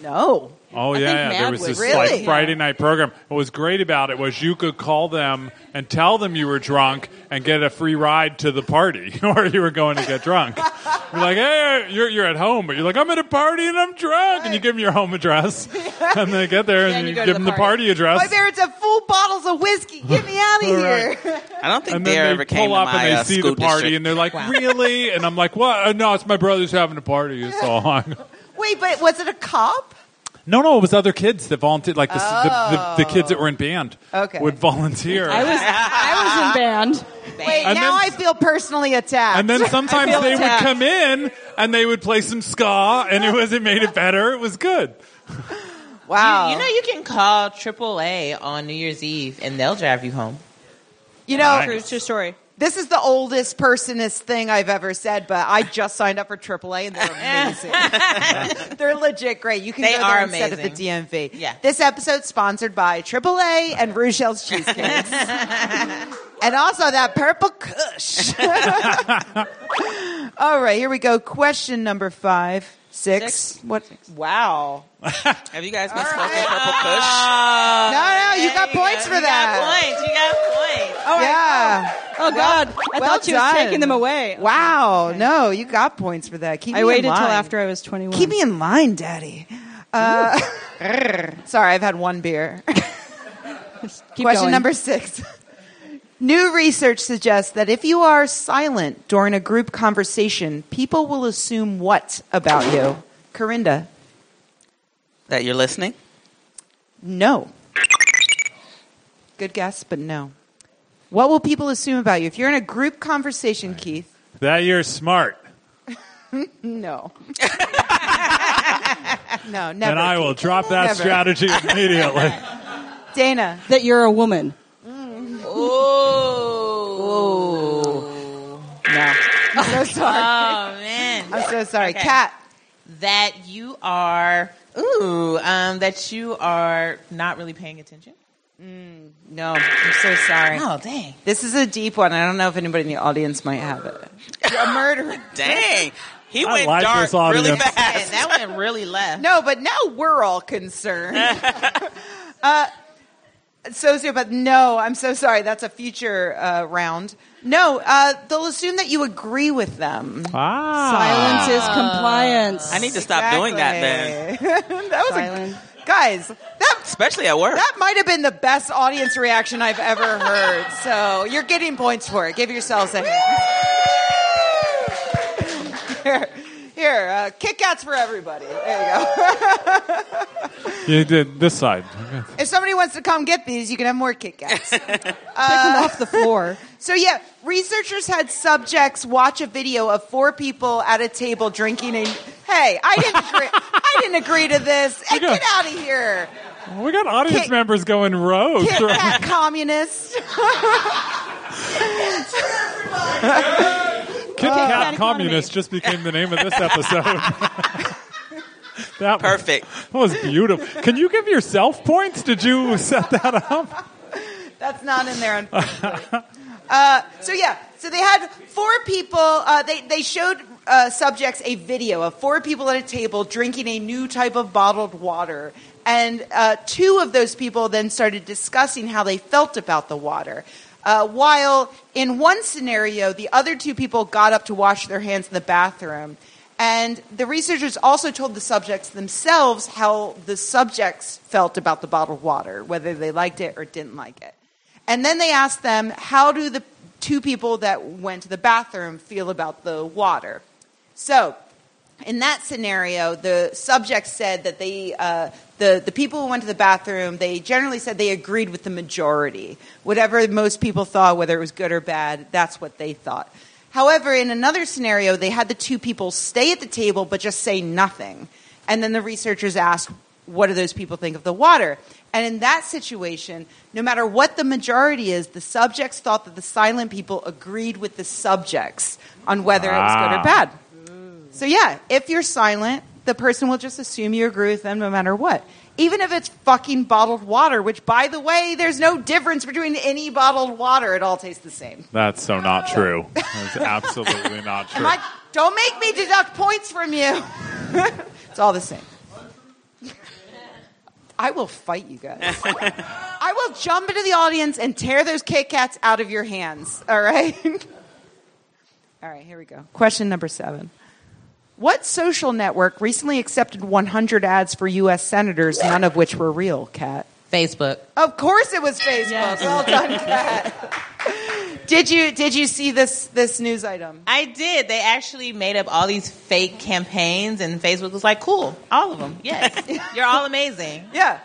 S1: No.
S2: Oh
S3: I
S2: yeah,
S3: think
S2: yeah. there
S3: Mad
S2: was
S3: would-
S2: this
S1: Really?
S2: like Friday night program. What was great about it was you could call them and tell them you were drunk and get a free ride to the party or you were going to get drunk. you're like, hey, you're you're at home, but you're like, I'm at a party and I'm drunk, and you give them your home address, and they get there and,
S3: you
S2: you,
S3: go to
S2: give
S3: the
S2: them the
S3: party.
S2: party address.
S1: My parents have full bottles of whiskey. Get me out of
S2: Right.
S1: here.
S4: I don't think
S2: and
S4: Dare
S2: then
S4: ever
S2: they
S4: came
S2: pull
S4: to
S2: up
S4: my
S2: and they
S4: uh,
S2: see
S4: school
S2: the party
S4: district.
S2: and they're like, "Really?" And I'm like, "What? Uh, no, it's my brother's having a party. It's all." I'm-
S1: Wait, but was it a cop?
S2: No, no, it was other kids that volunteered, like the, the, the, the kids that were in band
S1: Okay.
S2: would volunteer.
S3: I was, I was in band.
S1: Wait,
S2: And
S1: now
S2: then-
S1: I feel personally attacked.
S2: and then sometimes
S3: feel
S2: they would
S3: attacked.
S2: come in and they would play some ska, and it was it made it better. It was good.
S1: wow,
S5: you know, you can call AAA on New Year's Eve and they'll drive you home.
S1: you know,
S2: Nice.
S3: True, it's true story.
S1: this is the oldest personist thing I've ever said, but I just signed up for AAA and they're amazing. they're legit great. You can
S5: They
S1: go there
S5: are
S1: instead of the
S5: amazing.
S1: DMV.
S5: Yeah.
S1: This episode's sponsored by AAA and Rochelle's Cheesecakes, and also that purple Kush. All right, here we go. Question number five, six.
S3: Six.
S1: What? Wow.
S4: Have you guys been
S1: All
S4: smoking
S1: right.
S4: purple kush?
S5: Uh,
S1: No, no, you got points for that.
S5: You got points. You got points.
S1: Oh, yeah.
S3: Oh, God. I
S1: well
S3: thought you were
S1: done.
S3: taking them away.
S1: Wow, no, you got points for that. Keep me
S3: I waited
S1: in
S3: till
S1: line.
S3: after I was 21.
S1: Keep me in line, Daddy. Uh, sorry, I've had one beer.
S3: Keep
S1: Question
S3: going.
S1: number six. New research suggests that if you are silent during a group conversation, people will assume what about you? Corinda,
S4: That you're listening?
S1: no. Good guess, but no. What will people assume about you? If you're in a group conversation, Keith,
S2: That year's smart.
S1: no. no, never.
S2: and I will drop that
S1: Never.
S2: strategy immediately.
S1: Dana.
S3: That you're a woman.
S1: Oh. No. I'm so sorry.
S5: Oh man.
S1: I'm so sorry.
S5: Okay.
S1: Cat.
S5: That you are ooh, um, that you are not really paying attention.
S1: No, I'm so sorry.
S5: Oh dang.
S1: This is a deep one. I don't know if anybody in the audience might have it.
S4: You're a murderer. Dang. He
S2: I
S4: went
S2: like this
S4: dark really
S2: audience.
S5: Yeah,
S4: fast.
S5: that went really left.
S1: No, but now we're all concerned. uh, sociopath. No, I'm so sorry. That's a future uh, round. No, uh, they'll assume that you agree with them.
S2: Ah.
S3: Silence is compliance.
S4: I need to stop doing that then.
S1: that was a,
S3: Silence.
S1: guys. That
S4: especially at work.
S1: That might have been the best audience reaction I've ever heard. So you're getting points for it. Give yourselves a hand. Here, here uh, Kit Kats for everybody. There you go.
S2: You did this side.
S1: If somebody wants to come get these, you can have more Kit Kats.
S3: them off the floor.
S1: So yeah, researchers had subjects watch a video of four people at a table drinking a. Hey, I didn't agree. I didn't agree to this. Hey,
S2: got-
S1: get out of here,
S2: We got audience
S1: Kit-
S2: members going rogue.
S1: Kit Kat communist.
S2: Kit Kat
S3: Kat
S2: Communist
S3: economy.
S2: just became the name of this episode. that was-
S4: Perfect.
S2: that was beautiful. Can you give yourself points? Did you set that up?
S1: That's not in there, unfortunately. uh, so yeah, so they had four people. Uh, they they showed uh, subjects a video of four people at a table drinking a new type of bottled water, and uh, two of those people then started discussing how they felt about the water. Uh, while in one scenario, the other two people got up to wash their hands in the bathroom. And the researchers also told the subjects themselves how the subjects felt about the bottled water, whether they liked it or didn't like it. And then they asked them, how do the two people that went to the bathroom feel about the water? So, in that scenario, the subjects said that they, uh, the, the people who went to the bathroom, they generally said they agreed with the majority. Whatever most people thought, whether it was good or bad, that's what they thought. However, in another scenario, they had the two people stay at the table but just say nothing. And then the researchers asked, what do those people think of the water? And in that situation, no matter what the majority is, the subjects thought that the silent people agreed with the subjects on whether it was good
S2: Ah.
S1: or bad. So yeah, if you're silent, the person will just assume you agree with them no matter what. Even if it's fucking bottled water, which by the way, there's no difference between any bottled water. It all tastes the same.
S2: That's so not
S1: Uh.
S2: true. That's absolutely not true.
S1: Am I, don't make me deduct points from you. it's all the same. I will fight you guys. I will jump into the audience and tear those Kit Kats out of your hands. All right. all right. Here we go. Question number seven. What social network recently accepted 100 ads for U.S. senators, none of which were real, Kat?
S5: Facebook.
S1: Of course, it was Facebook. Well done, Kat. did you did you see this this news item?
S5: I did. They actually made up all these fake campaigns, and Facebook was like, "Cool, all of them. Yes, you're all amazing."
S1: Yeah.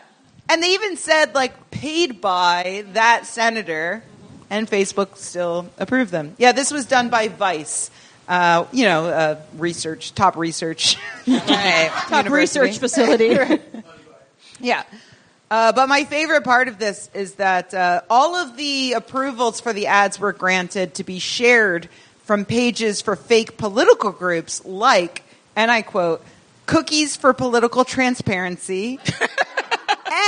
S1: And they even said, like, paid by that senator, and Facebook still approved them. Yeah, this was done by Vice, uh, you know, uh, research, top research.
S5: Right.
S1: Top
S3: Top research facility.
S1: Yeah. Uh, but my favorite part of this is that uh, all of the approvals for the ads were granted to be shared from pages for fake political groups like, and I quote, Cookies for Political Transparency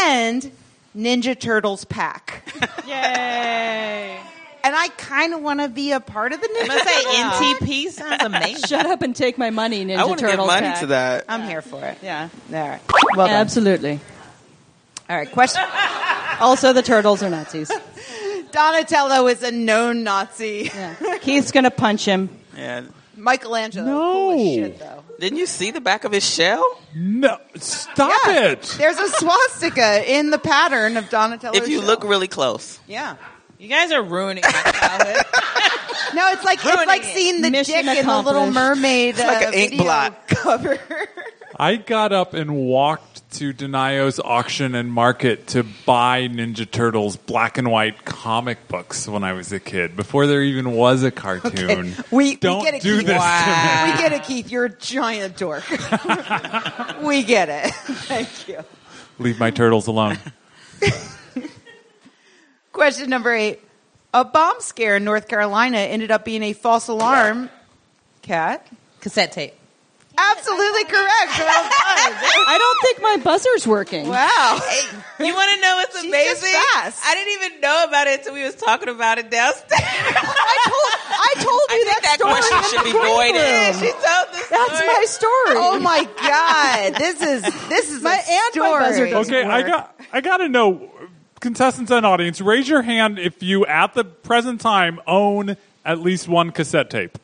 S1: and Ninja Turtles Pack.
S3: Yay!
S1: And I kind of want to be a part of the Ninja
S5: I'm gonna say NTP sounds amazing.
S3: Shut up and take my money, Ninja
S4: I want to give
S3: Turtles.
S4: money
S3: pack.
S4: to that.
S1: I'm here for it. Yeah. All right. Well done.
S3: Absolutely.
S1: All right. Question.
S3: Also, the turtles are Nazis.
S1: Donatello is a known Nazi.
S3: Yeah. Keith's gonna punch him.
S4: Yeah.
S1: Michelangelo. Cool as shit, though.
S4: Didn't you see the back of his
S1: Oh,
S4: shell?
S2: No, stop
S1: Yeah.
S2: it.
S1: There's a swastika in the pattern of Donatello's.
S4: If you
S1: shell.
S4: look really close.
S1: yeah.
S5: You guys are ruining my childhood.
S1: No, it's like it's like
S5: it.
S1: seeing the
S3: Mission
S1: dick in the Little
S3: accomplished.
S1: Mermaid.
S4: like
S1: uh,
S4: an ink
S1: video
S4: blot.
S1: cover.
S2: I got up and walked to Denio's auction and market to buy Ninja Turtles black and white comic books when I was a kid, before there even was a cartoon.
S1: We
S2: Don't
S1: we get it,
S2: do
S1: Keith.
S2: this
S5: Wow.
S1: We get it, Keith. You're a giant dork. we get it. Thank you.
S2: Leave my turtles alone.
S1: Question number eight. A bomb scare in North Carolina ended up being a false alarm. Cat.
S5: Cassette tape.
S1: Absolutely correct. Well done.
S3: I don't think my buzzer's working.
S1: Wow.
S5: You want to know what's
S1: She's just
S5: amazing?
S1: fast.
S5: I didn't even know about it until we was talking about it downstairs.
S1: I told, I told you that
S5: think that
S1: story.
S4: question
S1: in the
S4: should be
S1: green
S4: voided.
S1: room.
S5: she told the
S3: That's
S5: story.
S3: my story.
S1: Oh my god! This is this is my
S3: and my buzzer
S1: story.
S3: doesn't
S2: okay, I got I got to know contestants and audience, raise your hand if you at the present time own at least one cassette tape.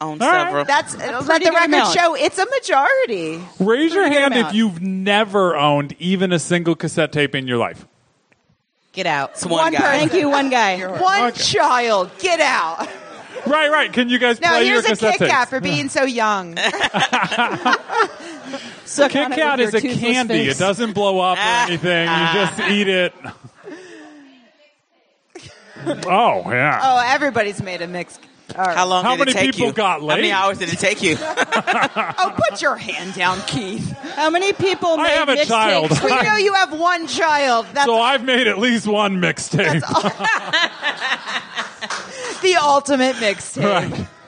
S4: own
S2: All right.
S4: several.
S1: That's let
S3: pretty
S1: the
S3: good
S1: record
S3: amount.
S1: show it's a majority.
S2: Raise your
S3: Pretty good
S2: hand if
S3: amount.
S2: you've never owned even a single cassette tape in your life.
S5: Get out.
S4: It's one,
S1: one
S4: guy.
S1: person.
S3: Thank you, one guy.
S1: One
S2: Okay.
S1: child, get out.
S2: Right, right. Can you guys
S1: Now
S2: play
S1: here's
S2: your
S1: a
S2: cassette
S1: Kit Kat
S2: tapes?
S1: for being so young.
S3: Suck
S2: Kit
S3: on it
S2: Kat is
S3: with
S2: a
S3: your toothless
S2: candy.
S3: face.
S2: It doesn't blow up
S1: Ah,
S2: or anything. You just eat it. oh yeah.
S1: Oh, everybody's made a mix. All right.
S4: How long
S2: How
S4: did
S2: many
S4: it take
S2: people
S4: you?
S2: got
S4: How many
S2: laid?
S4: hours did it take you?
S1: Oh, put your hand down, Keith.
S3: How many people
S2: I
S3: made
S2: have a
S3: mixtapes
S2: child.
S3: with-
S1: We know you have one child. That's
S2: so I've made at least one mixtape.
S1: the ultimate mixtape.
S2: Right.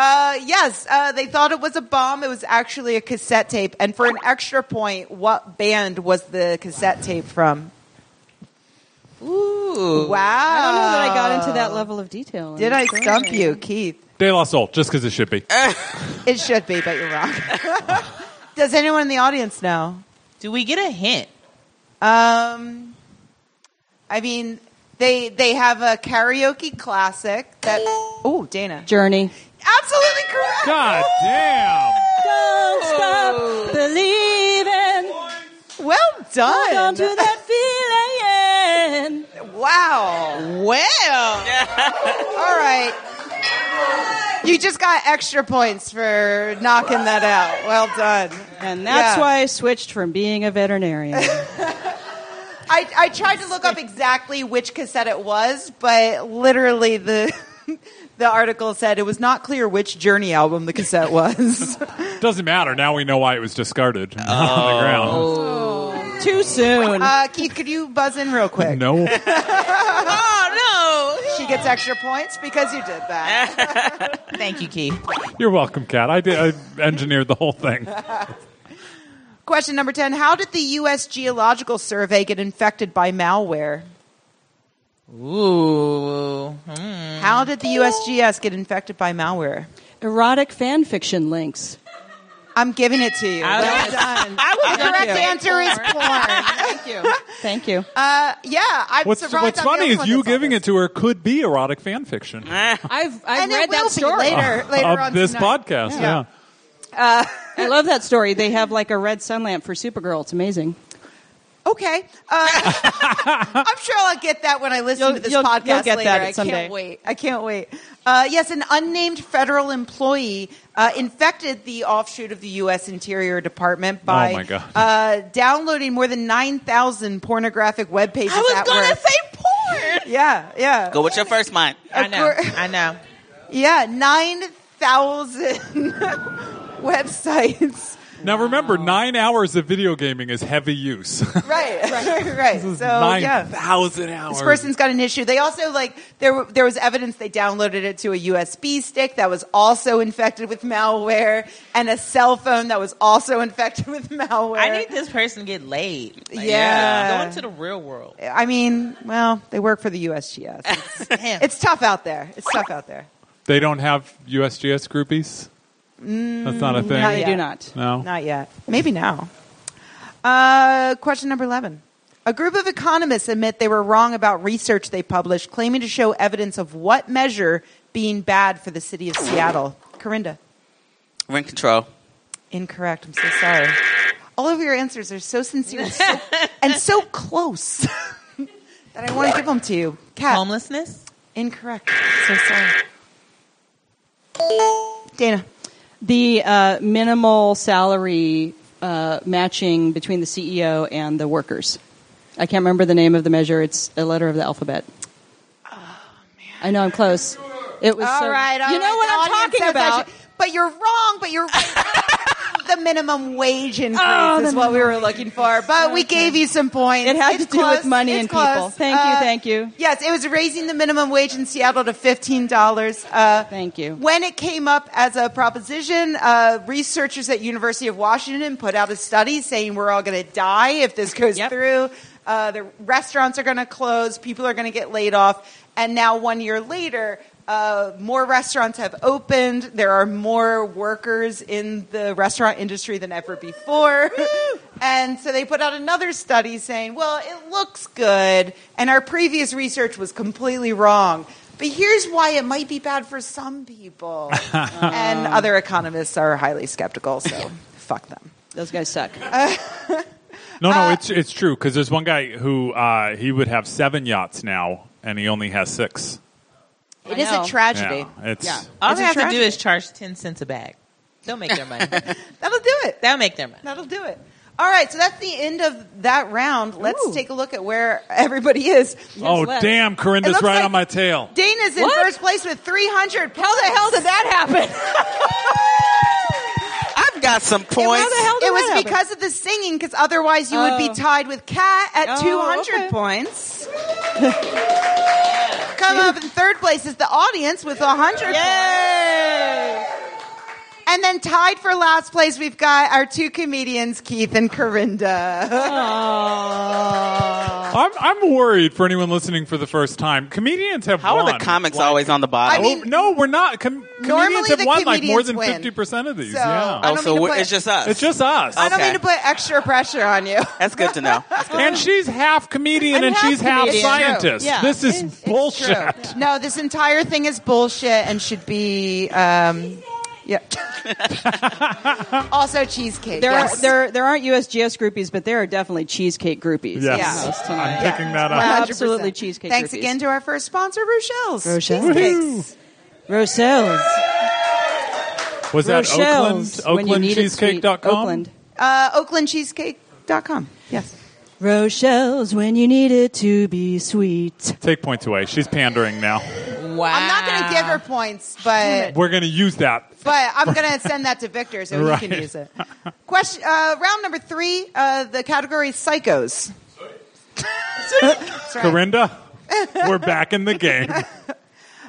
S1: Uh, yes, uh, they thought it was a bomb. It was actually a cassette tape. And for an extra point, what band was the cassette tape from?
S4: Ooh.
S1: Wow.
S3: I don't know that I got into that level of detail.
S1: Did I stump you, Keith?
S2: De La Soul, just because it should be.
S1: Eh. It should be, but you're wrong. Does anyone in the audience know?
S5: Do we get a hint?
S1: Um, I mean, they they have a karaoke classic that. Oh, Dana,
S3: Journey.
S1: absolutely correct.
S2: God damn.
S3: Don't stop believing.
S1: Well done.
S3: Hold on to that feeling.
S1: Wow.
S5: Well,
S1: All right. You just got extra points for knocking that out. Well done.
S3: And that's
S1: Yeah.
S3: why I switched from being a veterinarian.
S1: I, I tried to look up exactly which cassette it was, but literally the the article said it was not clear which Journey album the cassette was.
S2: Doesn't matter. Now we know why it was discarded on the
S1: Oh.
S2: ground.
S3: Too soon.
S1: Uh, Keith, could you buzz in real quick?
S2: No.
S5: oh
S1: She gets extra points because you did that.
S5: no! Thank you, Keith.
S2: You're welcome, Kat. I did. I engineered the whole thing.
S1: Question number 10 How did the U.S. Geological Survey get infected by malware?
S5: Ooh. Hmm.
S1: How did the USGS get infected by malware?
S3: Erotic fan fiction links.
S1: I'm giving it to you.
S5: I
S1: well
S5: was-
S1: done.
S5: I was
S1: the correct
S5: gonna say
S1: answer is
S5: porn.
S1: porn.
S5: Thank you.
S3: Thank you.
S1: Uh, yeah, I'm
S2: What's
S1: surprised.
S2: What's
S1: I'm the
S2: funny
S1: only
S2: is
S1: one
S2: you
S1: that saw
S2: giving
S1: this.
S2: it to her could be erotic fan fiction
S3: I've, I've
S1: And it
S3: read
S1: will
S3: that
S1: be
S3: story.
S1: later, later on
S2: of this
S1: tonight.
S2: podcast. Yeah.
S3: I love that story. They have like a red sun lamp for Supergirl. It's amazing.
S1: Okay, uh, I'm sure I'll get that when I listen
S3: You'll-
S1: to this
S3: you'll-
S1: podcast
S3: you'll get
S1: later.
S3: that
S1: I
S3: someday.
S1: can't wait. I can't wait. Uh, yes, an unnamed federal employee uh, infected the offshoot of the U.S. Interior Department by
S2: Oh my God.
S1: Uh, downloading more than 9,000 pornographic web pages.
S5: I was
S1: at
S5: gonna
S1: work.
S5: say porn.
S1: yeah, yeah.
S4: Go with your first mind.
S5: I know.
S1: course.
S5: I know.
S1: Yeah, 9,000 websites.
S2: Now remember, nine hours of video gaming is heavy use.
S1: Right, right, right. So,
S2: nine
S1: yeah.
S2: thousand hours.
S1: This person's got an issue. They also like there. were- There was evidence they downloaded it to a USB stick that was also infected with malware, and a cell phone that was also infected with malware.
S5: I need this person to get laid. Like,
S1: Yeah.
S5: Go into the real world.
S1: I mean, well, they work for the USGS. It's,
S5: Damn.
S1: it's tough out there. It's tough out there.
S2: They don't have USGS groupies. That's not a thing.
S1: Mm, not
S3: I
S1: yet.
S3: do not.
S2: No.
S1: Not yet. Maybe now. Uh, question number 11. A group of economists admit they were wrong about research they published, claiming to show evidence of what measure being bad for the city of Seattle. Corinda.
S4: Rent control.
S1: Incorrect. I'm so sorry. All of your answers are so sincere and so, and so close that I want to give them to you. Kat.
S5: Homelessness.
S1: Incorrect. So sorry. Dana.
S3: The uh, minimal salary uh, matching between the CEO and the workers. I can't remember the name of the measure. It's a letter of the alphabet. Oh, man. I know I'm close. It was
S1: All
S3: so-
S1: right, all
S3: you know
S1: right, the
S3: what I'm
S1: audience
S3: talking
S1: says I
S3: about.
S1: should- but you're wrong. But you're right. the minimum wage increase
S3: Oh,
S1: is what we were looking for. But we gave you some points.
S3: It had
S1: It's
S3: to do with
S1: close.
S3: money
S1: It's
S3: and people.
S1: close. Uh,
S3: Thank you, thank you.
S1: Yes, it was raising the minimum wage in Seattle to fifteen dollars. Uh,
S3: Thank you.
S1: When it came up as a proposition, uh, researchers at University of Washington put out a study saying we're all going to die if this goes
S3: Yep.
S1: through. Uh, the restaurants are going to close. People are going to get laid off. And now, one year later, uh, more restaurants have opened. There are more workers in the restaurant industry than ever before. and so they put out another study saying, well, it looks good. And our previous research was completely wrong. But here's why it might be bad for some people. and other economists are highly skeptical, so fuck them.
S3: Those guys suck.
S1: Uh,
S2: No, no, it's it's true because there's one guy who uh, he would have seven yachts now, and he only has six.
S1: It
S3: I
S1: is a
S3: know.
S1: tragedy.
S2: Yeah, it's-
S5: All
S1: It's
S5: they
S1: a
S5: have to do
S1: tragedy.
S5: is charge ten cents a bag. They'll make their money.
S1: That'll do it.
S5: They'll make their money.
S1: That'll do it. All right, so that's the end of that round. Let's
S3: Ooh.
S1: take a look at where everybody is.
S2: oh
S3: left.
S2: damn,
S1: It
S2: Corinda's
S1: looks
S2: right
S1: like-
S2: on my tail.
S1: Dana's in
S3: What?
S1: first place with 300 points.
S3: How the hell did that happen?
S4: I've got some points.
S3: how the hell
S1: It
S3: did that
S1: was
S3: happen?
S1: because of the singing, because otherwise you would
S3: Oh.
S1: be tied with Kat at
S3: Oh,
S1: 200
S3: okay.
S1: points. Come up in third place is the audience with 100 points. And then tied for last place, we've got our two comedians, Keith and Corinda.
S2: I'm I'm worried for anyone listening for the first time. Comedians have
S4: How are
S2: won.
S4: the comics always on the
S1: I
S4: bottom?
S1: mean-
S2: Oh, no, we're not. Com- comedians
S1: Normally
S2: have
S1: the
S2: won like more
S1: comedians
S2: than
S1: win.
S2: fifty percent of these.
S1: So- I
S2: yeah,
S4: oh,
S1: don't
S4: so
S1: mean to
S4: we're-
S1: put-
S4: it's just us.
S2: it's just us.
S1: I don't
S4: Okay.
S1: mean to put extra pressure on you.
S4: That's good to know.
S2: and she's half comedian
S3: I'm
S2: and
S3: half
S2: she's half
S3: comedian.
S2: scientist.
S3: Yeah.
S2: This is
S3: It's- it's
S2: bullshit.
S1: True. No, this entire thing is bullshit and should be. Um, yeah. also, cheesecake.
S3: There,
S1: yes.
S3: are, there, there aren't USGS groupies, but there are definitely cheesecake groupies.
S2: Yes.
S1: Yeah.
S3: Most
S2: I'm
S3: time.
S2: picking that up.
S1: 100%.
S3: Absolutely cheesecake
S1: Thanks
S3: groupies.
S1: again to our first sponsor, Rochelle's.
S3: Rochelle's.
S1: Cheesecakes.
S3: Rochelle's.
S2: Was that
S3: Rochelle's. when
S2: Oakland?
S3: you need it sweet.
S2: OaklandCheesecake.com?
S3: Oakland.
S1: Uh, OaklandCheesecake.com. Yes.
S3: Rochelle's when you need it to be sweet.
S2: Take points away. She's pandering now.
S5: Wow.
S1: I'm not going
S5: Ah.
S1: to give her points, but
S2: We're going to use that.
S1: but I'm going to send that to Victor so he can
S2: Right.
S1: use it. Question uh, round number three. Uh, the category is psychos. That's right.
S2: Corinda, we're back in the game.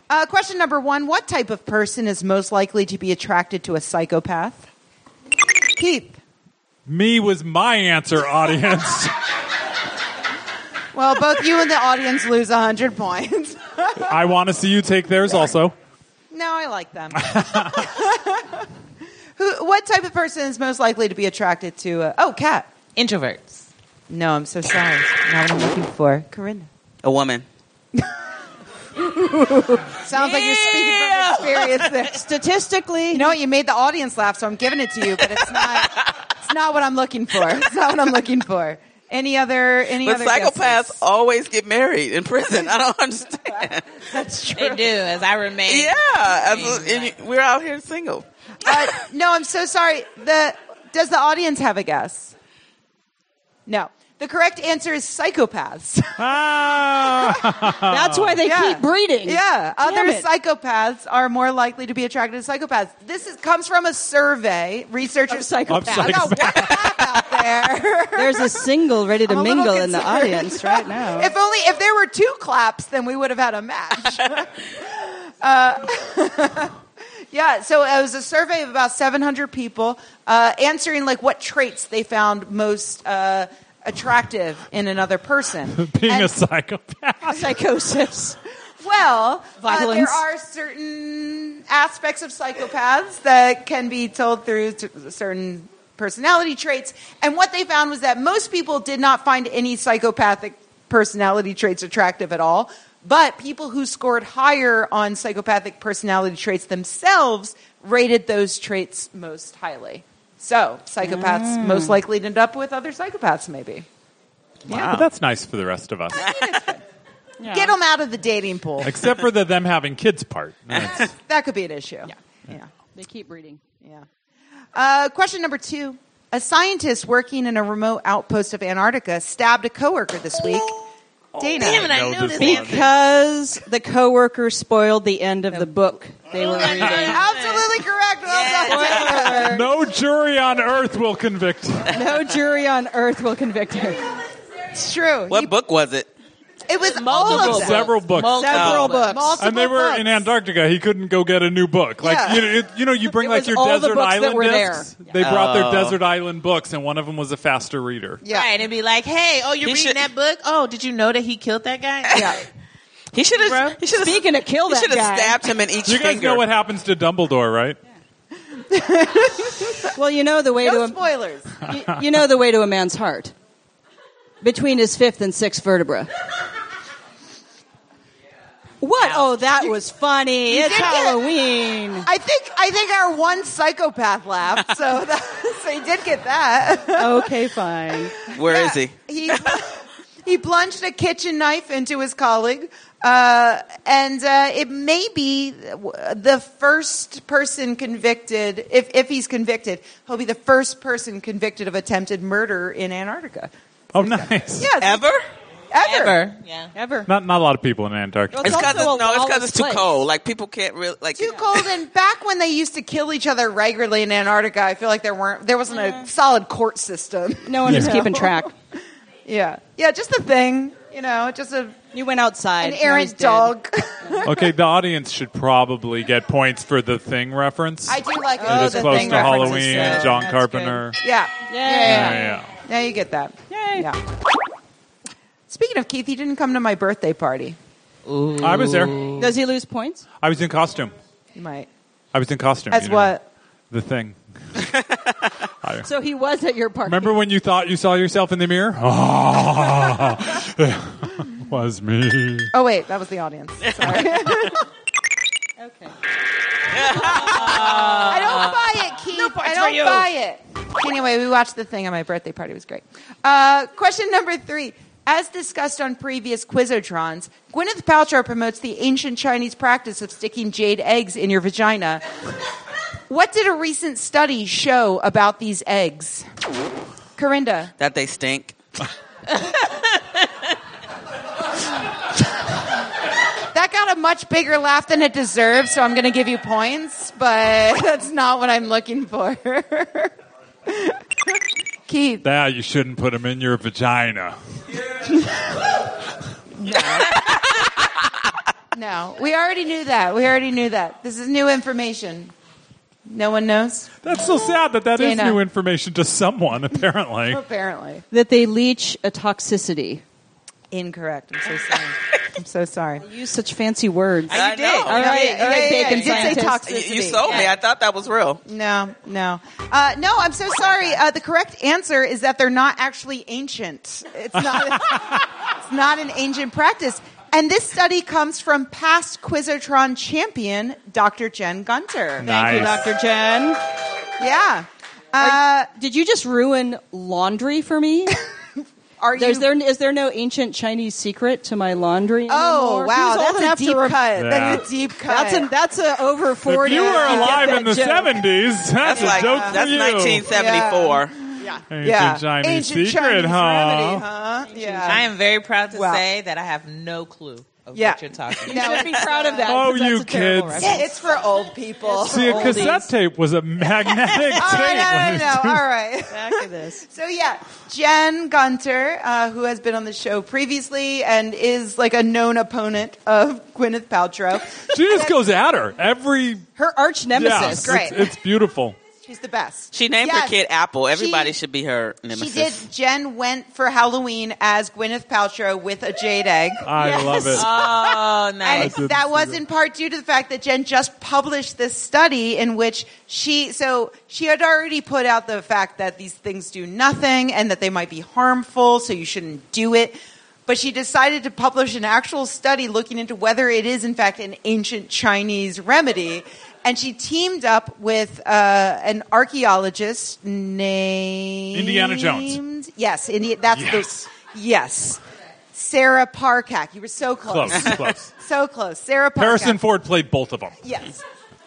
S1: Uh, question number one: What type of person is most likely to be attracted to a psychopath? Keith.
S2: Me was my answer, audience.
S1: Well, both you and the audience lose hundred points.
S2: I want to see you take theirs also.
S1: No, I like them. Who? What type of person is most likely to be attracted to? A, oh, cat.
S5: Introverts.
S1: No, I'm so sorry. Not what I'm looking for. Corinna.
S4: A woman.
S1: Sounds like you're speaking from experience. There.
S3: Statistically,
S1: You know what? You made the audience laugh, so I'm giving it to you. But it's not. It's not what I'm looking for. It's not what I'm looking for. Any other? Any
S4: But
S1: other?
S4: psychopaths
S1: guesses?
S4: always get married in prison. I don't understand.
S1: That's true.
S5: They do, as I remain.
S4: yeah, absolutely. And you- we're out here single.
S1: Uh, no, I'm so sorry. The does the audience have a guess? No. The correct answer is psychopaths.
S2: Ah,
S3: that's why they
S1: Yeah.
S3: keep breeding.
S1: Yeah,
S3: Damn
S1: other
S3: it.
S1: psychopaths are more likely to be attracted to psychopaths. This is, comes from a survey. Researchers
S3: psychopaths.
S1: I don't know what the crap out there.
S3: There's a single ready to
S1: I'm a little
S3: mingle in the
S1: concerned.
S3: audience right now.
S1: If only if there were two claps, then we would have had a match. uh, yeah, so it was a survey of about 700 people uh, answering like what traits they found most uh, attractive in another person.
S2: being
S1: And-
S2: a psychopath.
S3: Psychosis.
S1: Well, uh, there
S3: Violence.
S1: are certain aspects of psychopaths that can be told through t- certain personality traits. And what they found was that most people did not find any psychopathic personality traits attractive at all. But people who scored higher on psychopathic personality traits themselves rated those traits most highly. So, psychopaths most likely to end up with other psychopaths, maybe.
S2: But that's nice for the rest of us,
S1: Get 'em Get them out of the dating pool.
S2: except for the them having kids part. That's-
S1: That could be an issue. yeah.
S3: They keep breeding.
S1: Yeah. Uh, question number two. A scientist working in a remote outpost of Antarctica stabbed a coworker this week. Dana.
S5: Damn it, I,
S2: know
S5: knew
S2: this
S5: this.
S2: one.
S5: one.
S3: Because the coworker spoiled the end of the book they were
S5: Yeah.
S3: reading.
S1: Absolutely correct. Well done, Taylor.
S2: no jury on earth will convict.
S3: No jury on earth will convict her.
S1: It's true.
S4: What
S1: You-
S4: book was it?
S1: it was all of them.
S2: Several books.
S1: Several books. Multiple
S2: and they were
S1: books.
S2: in Antarctica. He couldn't go get a new book. Like
S1: Yeah.
S2: you, you, you know, you bring
S3: It
S2: like
S3: was
S2: your
S3: all the
S2: desert
S3: books that
S2: island
S3: were there.
S2: discs. They brought their desert island books, and one of them was a faster reader.
S1: Yeah.
S5: Right, and be like, hey, oh, you're
S4: He
S5: reading
S4: should-
S5: that book? Oh, did you know that he killed that guy?
S1: Yeah.
S4: He should
S5: Bro.
S4: have. He should have.
S3: Speaking of kill
S4: He
S3: that
S4: should have
S3: guy.
S4: stabbed him in each
S2: You guys
S4: finger.
S2: know what happens to Dumbledore, right?
S3: Well, you know the way
S1: No
S3: to
S1: spoilers.
S3: a, you, you know the way to a man's heart. Between his fifth and sixth vertebra. What? that, oh, that was funny. It's
S1: did it.
S3: Halloween.
S1: I think I think our one psychopath laughed, so that, so he did get that.
S3: okay, fine.
S4: Where is he?
S1: He he plunged a kitchen knife into his colleague, uh, and uh, it may be the first person convicted. If if he's convicted, he'll be the first person convicted of attempted murder in Antarctica.
S2: Oh, nice.
S1: Yes,
S4: Ever?
S1: ever.
S5: Ever. Yeah.
S3: Ever.
S2: Not not a lot of people in Antarctica.
S3: Well,
S4: It's because
S3: also a
S4: it's, no, it's because
S3: lawless
S4: it's too
S3: place.
S4: cold. Like people can't really like.
S1: Too cold, and back when they used to kill each other regularly in Antarctica, I feel like there weren't there wasn't a solid court system.
S3: No one was keeping track.
S1: Yeah. Yeah, just a thing. You know, just a
S3: You went outside.
S1: an
S3: You
S1: errant
S3: always did.
S1: dog.
S2: Okay, the audience should probably get points for the thing reference.
S1: I do like
S2: it
S1: oh,
S2: is
S1: the
S2: close
S1: thing
S2: to
S1: references,
S2: Halloween.
S1: yeah.
S2: John
S3: That's
S2: Carpenter.
S1: Yeah. Yeah.
S2: Yeah,
S1: Yeah. yeah.
S2: yeah.
S1: Now you get that.
S3: Yay.
S1: Yeah. Speaking of Keith, he didn't come to my birthday party.
S2: I was there.
S3: Does he lose points?
S2: I was in costume.
S1: You might.
S2: I was in costume.
S1: As
S2: you know.
S1: what?
S2: The thing.
S3: So he was at your party.
S2: Remember when you thought you saw yourself in the mirror? Oh, was me.
S1: Oh wait, that was the audience. Sorry.
S3: Okay.
S1: I don't buy it, Keith. I don't buy it. Anyway, we watched the thing on my birthday party. It was great. Uh, question number three. As discussed on previous Quizotrons, Gwyneth Paltrow promotes the ancient Chinese practice of sticking jade eggs in your vagina. What did a recent study show about these eggs? Corinda.
S4: that they stink.
S1: That got a much bigger laugh than it deserves, so I'm going to give you points, but that's not what I'm looking for. Keith.
S2: That you shouldn't put them in your vagina.
S1: No, we already knew that. We already knew that. This is new information. No one knows,
S2: That's so sad that that is
S1: Dana.
S2: new information to someone, apparently.
S1: apparently.
S3: That they leach a toxicity.
S1: Incorrect. I'm so sorry. I'm so sorry.
S3: Use such fancy words.
S4: I know.
S5: did.
S3: All right, you
S1: yeah,
S3: like
S1: yeah,
S3: bacon
S1: you did say
S3: scientist.
S1: toxic.
S4: You, you sold me. I thought that was real.
S1: No, no. Uh, no, I'm so sorry. Uh, the correct answer is that they're not actually ancient. It's not, it's not an ancient practice. And this study comes from past Quizotron champion, Dr. Jen Gunter.
S3: Thank you,
S2: Nice.
S3: Dr. Jen.
S1: Yeah. Uh,
S3: Did you just ruin laundry for me?
S1: are you?
S3: There's there is there no ancient Chinese secret to my laundry?
S1: oh,
S3: anymore?
S1: wow.
S3: Who's old enough
S1: That's a
S3: to
S1: deep
S3: rem-
S1: cut. That's
S2: Yeah.
S1: a deep cut.
S3: That's a that's a over
S2: If
S3: forty.
S2: you were
S3: get
S2: alive
S3: that
S2: in the
S3: joke.
S2: 70s, that's,
S4: That's like uh,
S2: a joke for
S4: that's
S2: you.
S4: 1974.
S2: Ancient
S1: Yeah.
S2: Chinese
S1: Ancient
S2: secret,
S1: Chinese
S2: huh?
S1: remedy, huh? Yeah.
S5: I am very proud to
S1: Wow.
S5: say that I have no clue of
S1: Yeah.
S5: what you're talking
S3: You
S5: about.
S3: should be proud of that.
S2: Oh,
S3: 'cause that's
S2: you
S3: a terrible
S2: kids.
S3: reference.
S1: It's for old people.
S2: See, a cassette tape was a magnetic tape.
S1: All right, no, no, no, no. All right.
S3: Back to this.
S1: So yeah, Jen Gunter, uh, who has been on the show previously and is like a known opponent of Gwyneth Paltrow,
S2: She just goes at her every.
S3: Her arch
S2: Yeah,
S3: nemesis.
S1: Great.
S2: It's, it's beautiful.
S1: she's the best.
S4: She named her
S1: Yes.
S4: kid Apple. Everybody
S1: She-
S4: should be her
S1: She
S4: nemesis.
S1: did. Jen went for Halloween as Gwyneth Paltrow with a jade egg.
S2: I love it.
S5: Oh,
S1: And
S5: nice.
S2: didn't
S1: that
S2: see
S1: was
S2: that.
S1: in part due to the fact that Jen just published this study in which she, so she had already put out the fact that these things do nothing and that they might be harmful, so you shouldn't do it. But she decided to publish an actual study looking into whether it is, in fact, an ancient Chinese remedy. And she teamed up with uh, an archaeologist named
S2: Indiana Jones.
S1: Yes, Indi- that's
S2: Yes.
S1: the yes. Sarah Parkak. You were so
S2: Close, close.
S1: so close. Sarah Parkak.
S2: Harrison Ford played both of them.
S1: Yes.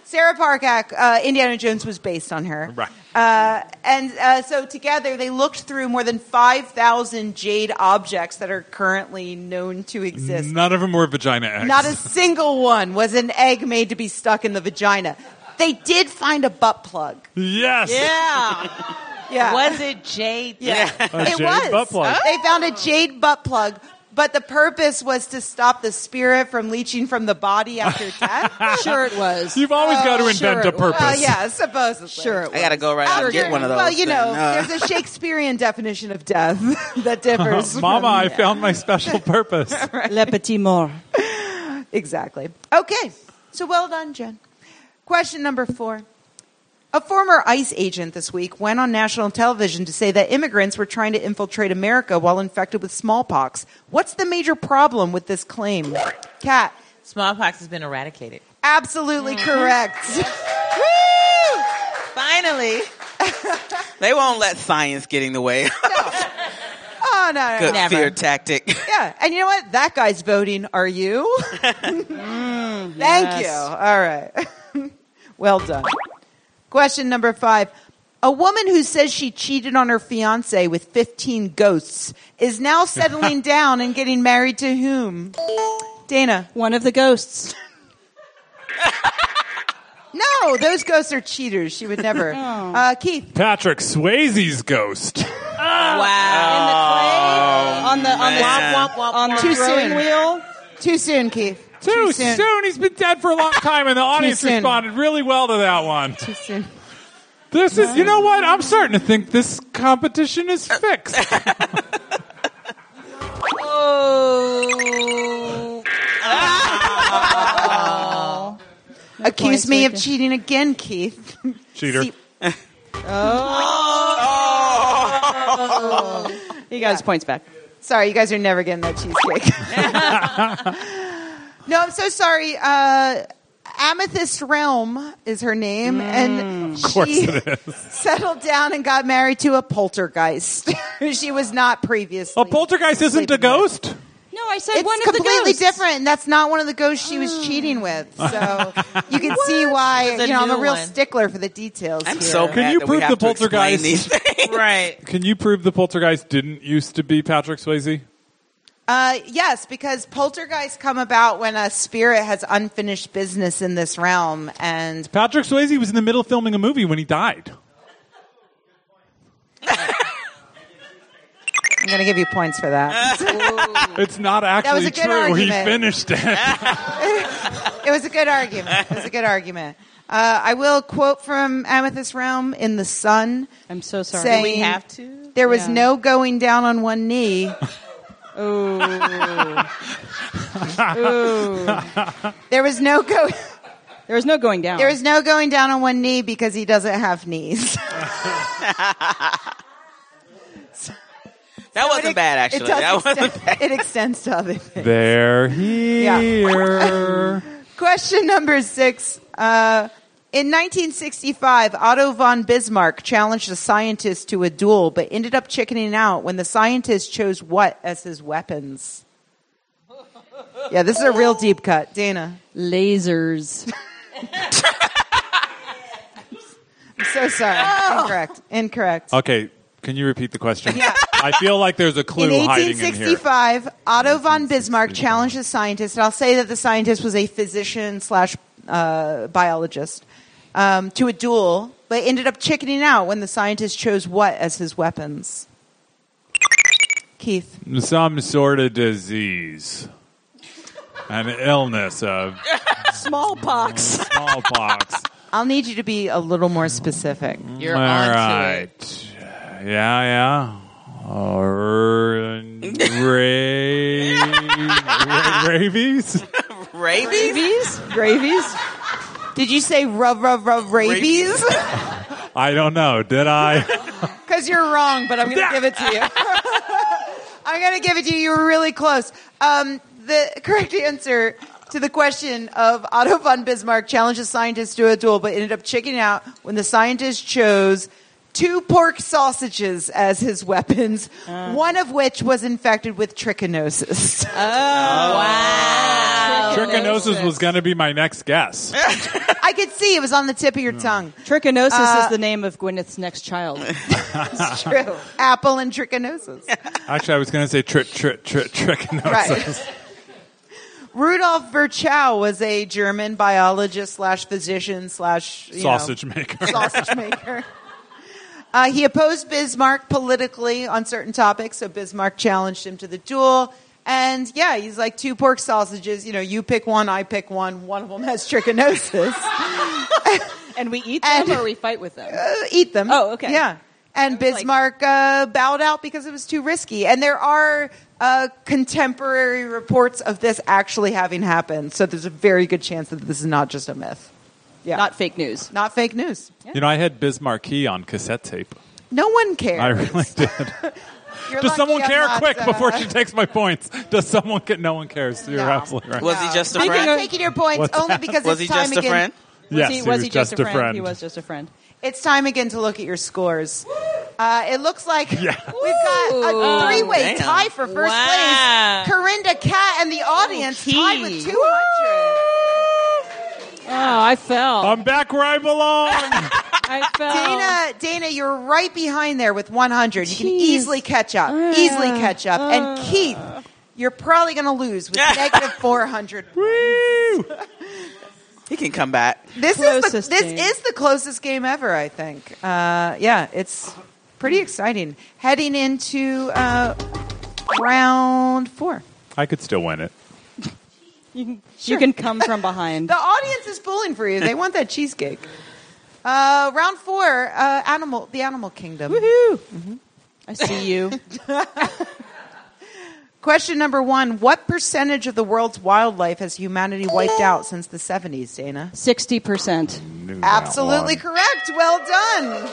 S1: Sarah Parkak, uh, Indiana Jones was based on her.
S2: Right.
S1: Uh, and uh, so together they looked through more than 5,000 jade objects that are currently known to exist.
S2: None of them were vagina eggs.
S1: Not a single one was an egg made to be stuck in the vagina. They did find a butt plug.
S2: Yes.
S5: Yeah.
S1: Yeah.
S5: Was it Jade?
S1: Yeah.
S2: A
S1: it
S2: jade
S1: was. Oh.
S2: butt plug.
S1: They found a jade butt plug, but the purpose was to stop the spirit from leaching from the body after death.
S3: Sure, it was.
S2: You've always got to
S3: sure
S2: invent
S3: it
S2: a
S3: was.
S2: purpose.
S1: Oh, Well, yeah, supposedly.
S3: Sure, it
S4: I gotta go right out and
S1: After-
S4: get one of those.
S1: Well, you
S4: then.
S1: know,
S4: Uh,
S1: there's a Shakespearean definition of death that differs.
S2: Mama,
S1: from-
S2: I found my special purpose.
S3: was. Le petit mort.
S1: Exactly. Okay. So well done, Jen. Question number four. A former ICE agent this week went on national television to say that immigrants were trying to infiltrate America while infected with smallpox. What's the major problem with this claim? Kat,
S5: Smallpox has been eradicated.
S1: Absolutely correct.
S5: Finally.
S4: They won't let science get in the way.
S1: Oh no, no,
S4: Good
S1: no.
S5: Never.
S4: fear tactic.
S1: Yeah, and you know what? That guy's voting. Are you? Thank you. All right. well done. Question number five. A woman who says she cheated on her fiance with 15 ghosts is now settling down and getting married to whom? Dana.
S3: One of the ghosts.
S1: No, those ghosts are cheaters. She would never. Uh, Keith.
S2: Patrick Swayze's ghost.
S5: wow.
S3: In the clay, on the on the
S4: man.
S5: Womp, womp,
S3: on the
S5: womp.
S1: Too
S3: throwing
S1: soon.
S3: wheel.
S1: Too soon, Keith.
S2: Too, soon. He's been dead for a long time, and the audience
S1: soon.
S2: responded really well to that one.
S1: Too soon.
S2: This is, you know what? I'm starting to think this competition is fixed.
S5: Oh.
S1: Accuse
S3: points,
S1: me of
S3: Rika.
S1: cheating again, Keith.
S2: Cheater.
S1: See-
S3: He got his points back.
S1: Sorry, you guys are never getting that cheesecake. no, I'm so sorry. Uh, Amethyst Realm is her name, and she settled down and got married to a poltergeist. who she was not previously.
S2: A poltergeist isn't a
S1: Sleeping
S2: ghost?
S3: No, I said
S1: It's
S3: one of the
S1: completely
S3: ghosts.
S1: different, and that's not one of the ghosts she was cheating with. So you can see why
S5: It's a
S1: you know I'm a
S5: new
S1: real
S5: one.
S1: stickler for the details.
S4: I'm
S1: here.
S4: so
S2: Can
S4: mad
S2: you
S4: that
S2: prove
S4: we have
S2: the
S4: to explain
S2: poltergeist?
S4: these things.
S5: Right.
S2: Can you prove the poltergeist didn't used to be Patrick Swayze?
S1: Uh, yes, because poltergeists come about when a spirit has unfinished business in this realm, and
S2: Patrick Swayze was in the middle of filming a movie when he died.
S1: I'm going to give you points for that.
S2: It's not actually
S1: was a good
S2: true. He
S1: argument.
S2: finished it.
S1: It was a good argument. It was a good argument. Uh, I will quote from Amethyst Realm in the Sun.
S3: I'm so sorry.
S1: Say-
S5: We have to.
S1: There was
S3: Yeah.
S1: no going down on one knee. There was no go.
S3: There was no going down.
S1: There was no going down on one knee because he doesn't have knees.
S4: That wasn't bad,
S1: It,
S4: actually.
S1: does
S4: That wasn't
S1: extend- it extends to other things.
S2: They're here.
S1: Question number six. Uh, in 1965, Otto von Bismarck challenged a scientist to a duel, but ended up chickening out when the scientist chose what as his weapons. Yeah, this is a real deep cut, Dana.
S3: lasers.
S1: I'm so sorry. Incorrect. Incorrect.
S2: Okay, can you repeat the question? I feel like there's a clue
S1: In
S2: hiding in here.
S1: 1865, Otto von Bismarck challenged a scientist, and I'll say that the scientist was a physician slash uh, biologist, um, to a duel, but ended up chickening out when the scientist chose what as his weapons. Keith,
S2: Some sort of disease. An illness of
S3: Smallpox.
S2: smallpox.
S1: I'll need you to be a little more specific.
S5: You're
S2: All
S5: on to
S2: right.
S5: it.
S2: Yeah, yeah. Uh, ra- ra- rabies?
S4: rabies.
S3: Gravies? Gravies?
S1: Did you say rub, rub, rub rabies?
S2: I don't know. Did I?
S1: Because you're wrong, but I'm going to give it to you. I'm going to give it to you. You were really close. Um, the correct answer to the question of Otto von Bismarck challenged a scientist to a duel, but ended up chickening out when the scientist chose two pork sausages as his weapons, one of which was infected with trichinosis.
S2: Trichinosis was going to be my next guess.
S1: I could see it was on the tip of your tongue.
S3: Trichinosis is the name of Gwyneth's next child.
S1: It's true. Apple and trichinosis.
S2: Actually, I was going to say tri- tri- tri- trichinosis.
S1: Right. Rudolf Virchow was a German biologist slash physician slash you know,
S2: Sausage maker.
S1: sausage maker. Uh, he opposed Bismarck politically on certain topics, so Bismarck challenged him to the duel. And yeah, he's like two pork sausages. You know, you pick one, I pick one. One of them has trichinosis.
S3: and we eat
S1: And-
S3: them or we fight with them.
S1: Uh, eat them.
S3: Oh, okay.
S1: Yeah. And
S3: was like-
S1: Bismarck uh, bowed out because it was too risky. And there are uh, contemporary reports of this actually having happened. So there's a very good chance that this is not just a myth. Yeah.
S3: Not fake news.
S1: not fake news.
S2: You know, I had Bismarck on cassette tape.
S1: No one cares.
S2: I really did.
S1: You're
S2: Does someone
S1: lucky I'm
S2: care?
S1: not,
S2: Quick,
S1: uh,
S2: before she takes my points. Does someone care? No one cares. You're
S1: No.
S2: absolutely right.
S4: Was he just a
S1: I'm
S4: friend?
S1: not taking your points
S2: What's
S1: only
S2: that?
S1: because
S4: Was he
S1: it's time
S4: just a
S1: again.
S4: friend?
S2: yes,
S3: was he,
S2: was,
S3: just, a friend? He was just a friend.
S1: It's time again to look at your scores. Uh, it looks like we've got a
S5: Ooh.
S1: three-way
S4: Damn.
S1: tie for first
S5: Wow.
S1: place. Corinda, Cat, and the audience tied with
S3: Key.
S1: 200.
S3: Oh, I fell.
S2: I'm back where I belong.
S3: I fell.
S1: Dana, Dana, you're right behind there with 100. You can
S3: Jeez. Uh,
S1: easily catch up. easily catch up. and Keith, you're probably going to lose with negative 400.
S2: Woo!
S4: He can come back.
S1: This is the,
S3: Closest
S1: this
S3: game.
S1: is the closest game ever, I think. Uh, yeah, it's pretty exciting. Heading into uh, round four.
S2: I could still win it.
S3: You can, you can come from behind.
S1: The audience is pulling for you. They want that cheesecake. Uh, round four, uh, animal, the animal kingdom.
S3: Woohoo! I see you.
S1: Question number one What percentage of the world's wildlife has humanity wiped out since the 70s, Dana?
S3: Sixty percent.
S2: Knew that
S1: Absolutely
S2: one.
S1: correct. Well done.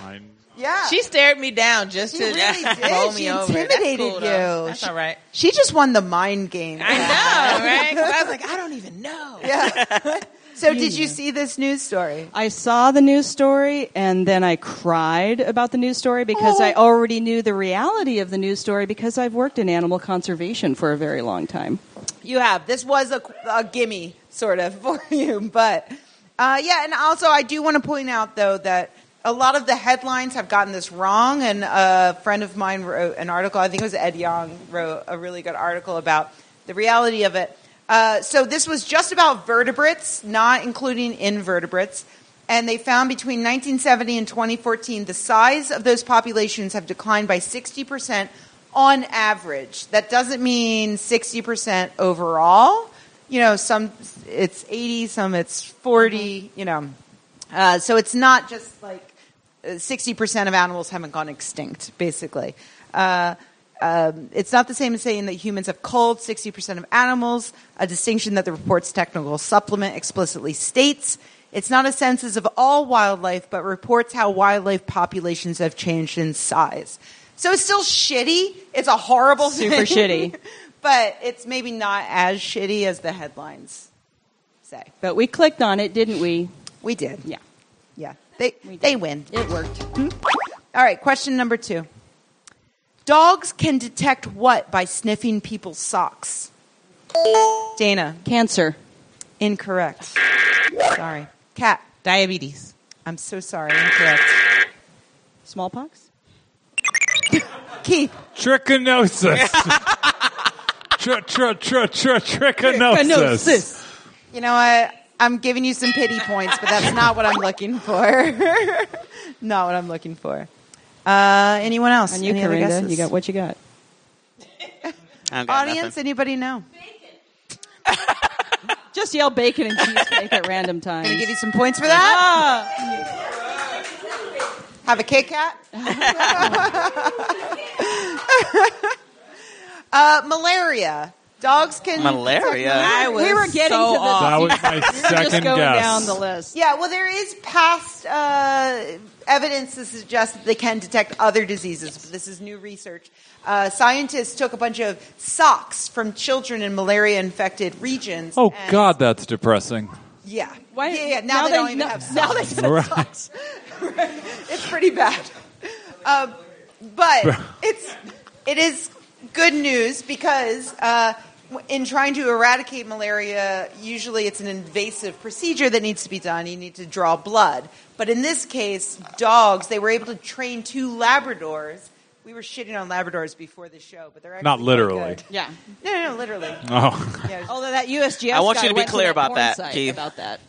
S2: I'm-
S1: Yeah.
S5: She stared me down just
S1: She
S5: to
S1: really did.
S5: roll me
S1: She
S5: over. That's
S1: intimidated
S5: cool, though.
S1: you.
S5: That's
S1: She-
S5: all right.
S1: she just won the mind game.
S5: I know, right? Oh. 'Cause I was like, I don't even know.
S1: So, did you see this news story?
S3: I saw the news story and then I cried about the news story because I
S4: Oh.
S3: already knew the reality of the news story because I've worked in animal conservation for a very long time.
S1: You have. This was a, a gimme, sort of, for you. But uh, yeah, and also I do want to point out, though, that a lot of the headlines have gotten this wrong. And a friend of mine wrote an article, I think it was Ed Young, wrote a really good article about the reality of it. Uh, so this was just about vertebrates, not including invertebrates. And they found between 1970 and 2014, the size of those populations have declined by 60% on average. That doesn't mean 60% overall. You know, some it's 80, some it's 40, you know. Uh, so it's not just like uh, 60% of animals haven't gone extinct, basically. Uh, um, it's not the same as saying that humans have culled 60% of animals, a distinction that the report's technical supplement explicitly states. It's not a census of all wildlife, but reports how wildlife populations have changed in size. So it's still shitty. It's a horrible thing,
S3: Super shitty.
S1: But it's maybe not as shitty as the headlines say.
S3: But we clicked on it, didn't we?
S1: We did.
S3: Yeah.
S1: Yeah. They,
S3: We did.
S1: they win.
S3: It worked.
S1: All right, question number two. Dogs can detect what by sniffing people's socks? Dana,
S3: Cancer.
S1: incorrect. Sorry. Cat,
S5: Diabetes.
S1: I'm so sorry, incorrect.
S3: Smallpox?
S1: Keith,
S2: Trichinosis. tr- tr- tr- tr- trichinosis.
S3: Trichinosis.
S1: you know what? I'm giving you some pity points, but that's not what I'm looking for. not what I'm looking for. Uh, anyone else?
S3: And you,
S1: Any other
S3: Corinda,
S1: guesses?
S3: you got what you got.
S4: I don't got
S1: Audience,
S4: nothing.
S1: anybody know?
S3: Just yell bacon and cheesecake at random times.
S1: Gonna give you some points for that.
S3: Ah!
S1: Have a Kit Kat. uh, malaria. Dogs can
S4: Malaria.
S5: I was
S3: we were getting
S5: so
S3: to the-
S5: off.
S2: That was my
S3: Just
S2: second
S3: going
S2: guess.
S3: down the list.
S1: Yeah, well, there is past uh, evidence to suggest that they can detect other diseases, but this is new research. Uh, scientists took a bunch of socks from children in malaria infected regions.
S2: Oh
S1: and-
S2: God, that's depressing.
S1: Yeah.
S3: Why-
S1: yeah, yeah. Now, they, don't even
S3: no-
S1: have socks.
S3: now they said
S2: Right.
S1: it's pretty bad. Um, but it's it is good news because uh, w- in trying to eradicate malaria, usually it's an invasive procedure that needs to be done. You need to draw blood. But in this case, dogs. They were able to train two Labradors. We were shitting on Labradors before the show, but they're actually
S2: Not
S1: quite
S2: literally.
S1: good.
S3: Yeah.
S1: No, no, no, literally.
S2: Oh.
S1: Yeah.
S3: Although that USGS
S4: I want
S3: guy
S4: you to be
S3: went
S4: clear
S3: that
S4: about
S3: porn
S4: that,
S3: site
S4: Keith.
S3: About that.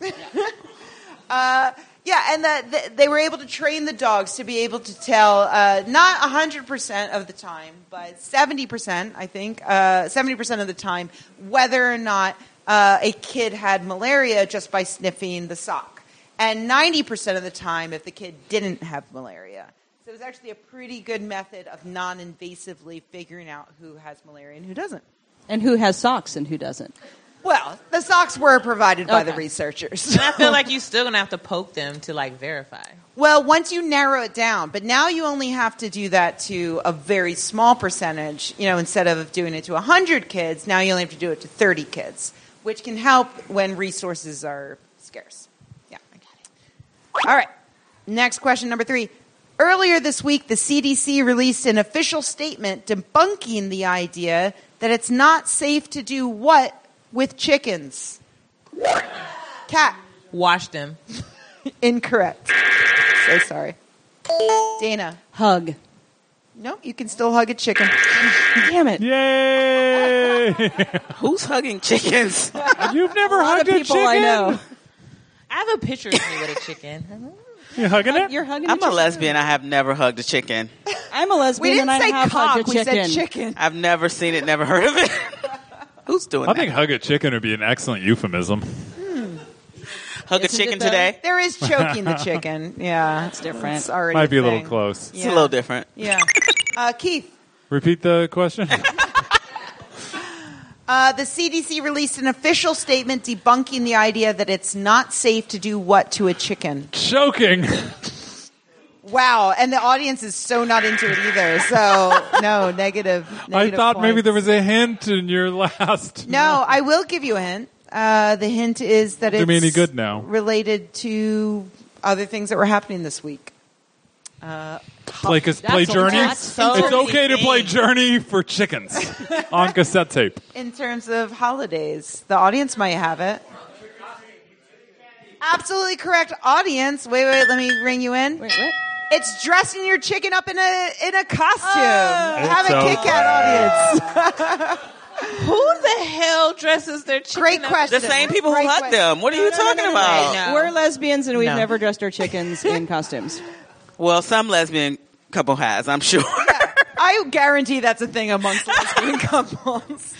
S1: Yeah, and that the, they were able to train the dogs to be able to tell uh, not 100% of the time, but 70%, I think, uh, 70% of the time, whether or not uh, a kid had malaria just by sniffing the sock. And 90% of the time, if the kid didn't have malaria. So it was actually a pretty good method of non invasively figuring out who has malaria and who doesn't.
S3: And who has socks and who doesn't?
S1: Well, the socks were provided by the
S3: Okay.
S1: researchers.
S5: And I feel like you're still gonna have to poke them to like verify.
S1: Well, once you narrow it down, but now you only have to do that to a very small percentage. You know, instead of doing it to 100 kids, now you only have to do it to 30 kids, which can help when resources are scarce. Yeah. I got it. All right. Next question, number three. Earlier this week, the CDC released an official statement debunking the idea that it's not safe to do what with chickens? Cat.
S5: Wash them.
S1: Incorrect. So sorry. Dana.
S3: Hug.
S1: No, you can still hug a chicken.
S3: Damn it.
S2: Yay!
S4: Who's hugging chickens?
S2: You've never
S3: A lot of
S2: hugged a
S3: people
S2: chicken.
S3: I know.
S5: I have a picture of me with a chicken.
S2: You hugging it?
S3: You're hugging.
S4: I'm a
S3: chicken.
S4: lesbian. I have never hugged a chicken.
S3: I'm a lesbian,
S1: We didn't
S3: and I
S1: say
S3: have
S1: cock,
S3: hugged a
S1: we
S3: chicken.
S1: said chicken.
S4: I've never seen it, never heard of it. Who's doing
S2: I
S4: that?
S2: think hug a chicken would be an excellent euphemism.
S4: Hug a
S5: Isn't it
S4: chicken
S5: though?
S4: today?
S1: There is choking the chicken. Yeah. That's
S3: different.
S1: It's already
S2: Might be a little
S1: thing.
S2: close.
S4: It's a little different.
S1: Yeah. Uh, Keith.
S2: Repeat the question.
S1: Uh, the CDC released an official statement debunking the idea that it's not safe to do what to a chicken.
S2: Choking.
S1: Wow, and the audience is so not into it either. So no, negative.
S2: I
S1: negative
S2: thought maybe
S1: points.
S2: there was a hint in your last.
S1: No, I will give you a hint. Uh, the hint is that
S2: Do
S1: it's
S2: me any good now.
S1: related to other things that were happening this week.
S2: Like is play
S3: That's a
S2: Journey.
S3: lot.
S5: So
S2: it's okay to
S5: many
S2: play
S5: things.
S2: Journey for chickens on cassette tape.
S1: In terms of holidays, the audience might have it. Absolutely correct, audience. Wait, wait, let me ring you in.
S3: Wait, what?
S1: It's dressing your chicken up in a in a costume. have
S4: Oh.
S1: a
S2: It's so
S1: kick out, audience.
S5: Who the hell dresses their chicken?
S1: Great
S5: up?
S1: question.
S4: The same people
S1: Great
S4: who hug
S1: question.
S4: them. What are you talking about?
S5: no.
S3: We're lesbians, and we've
S5: No.
S3: never dressed our chickens in costumes.
S4: Well, some lesbian couple has, I'm sure.
S1: I guarantee that's a thing amongst lesbian couples.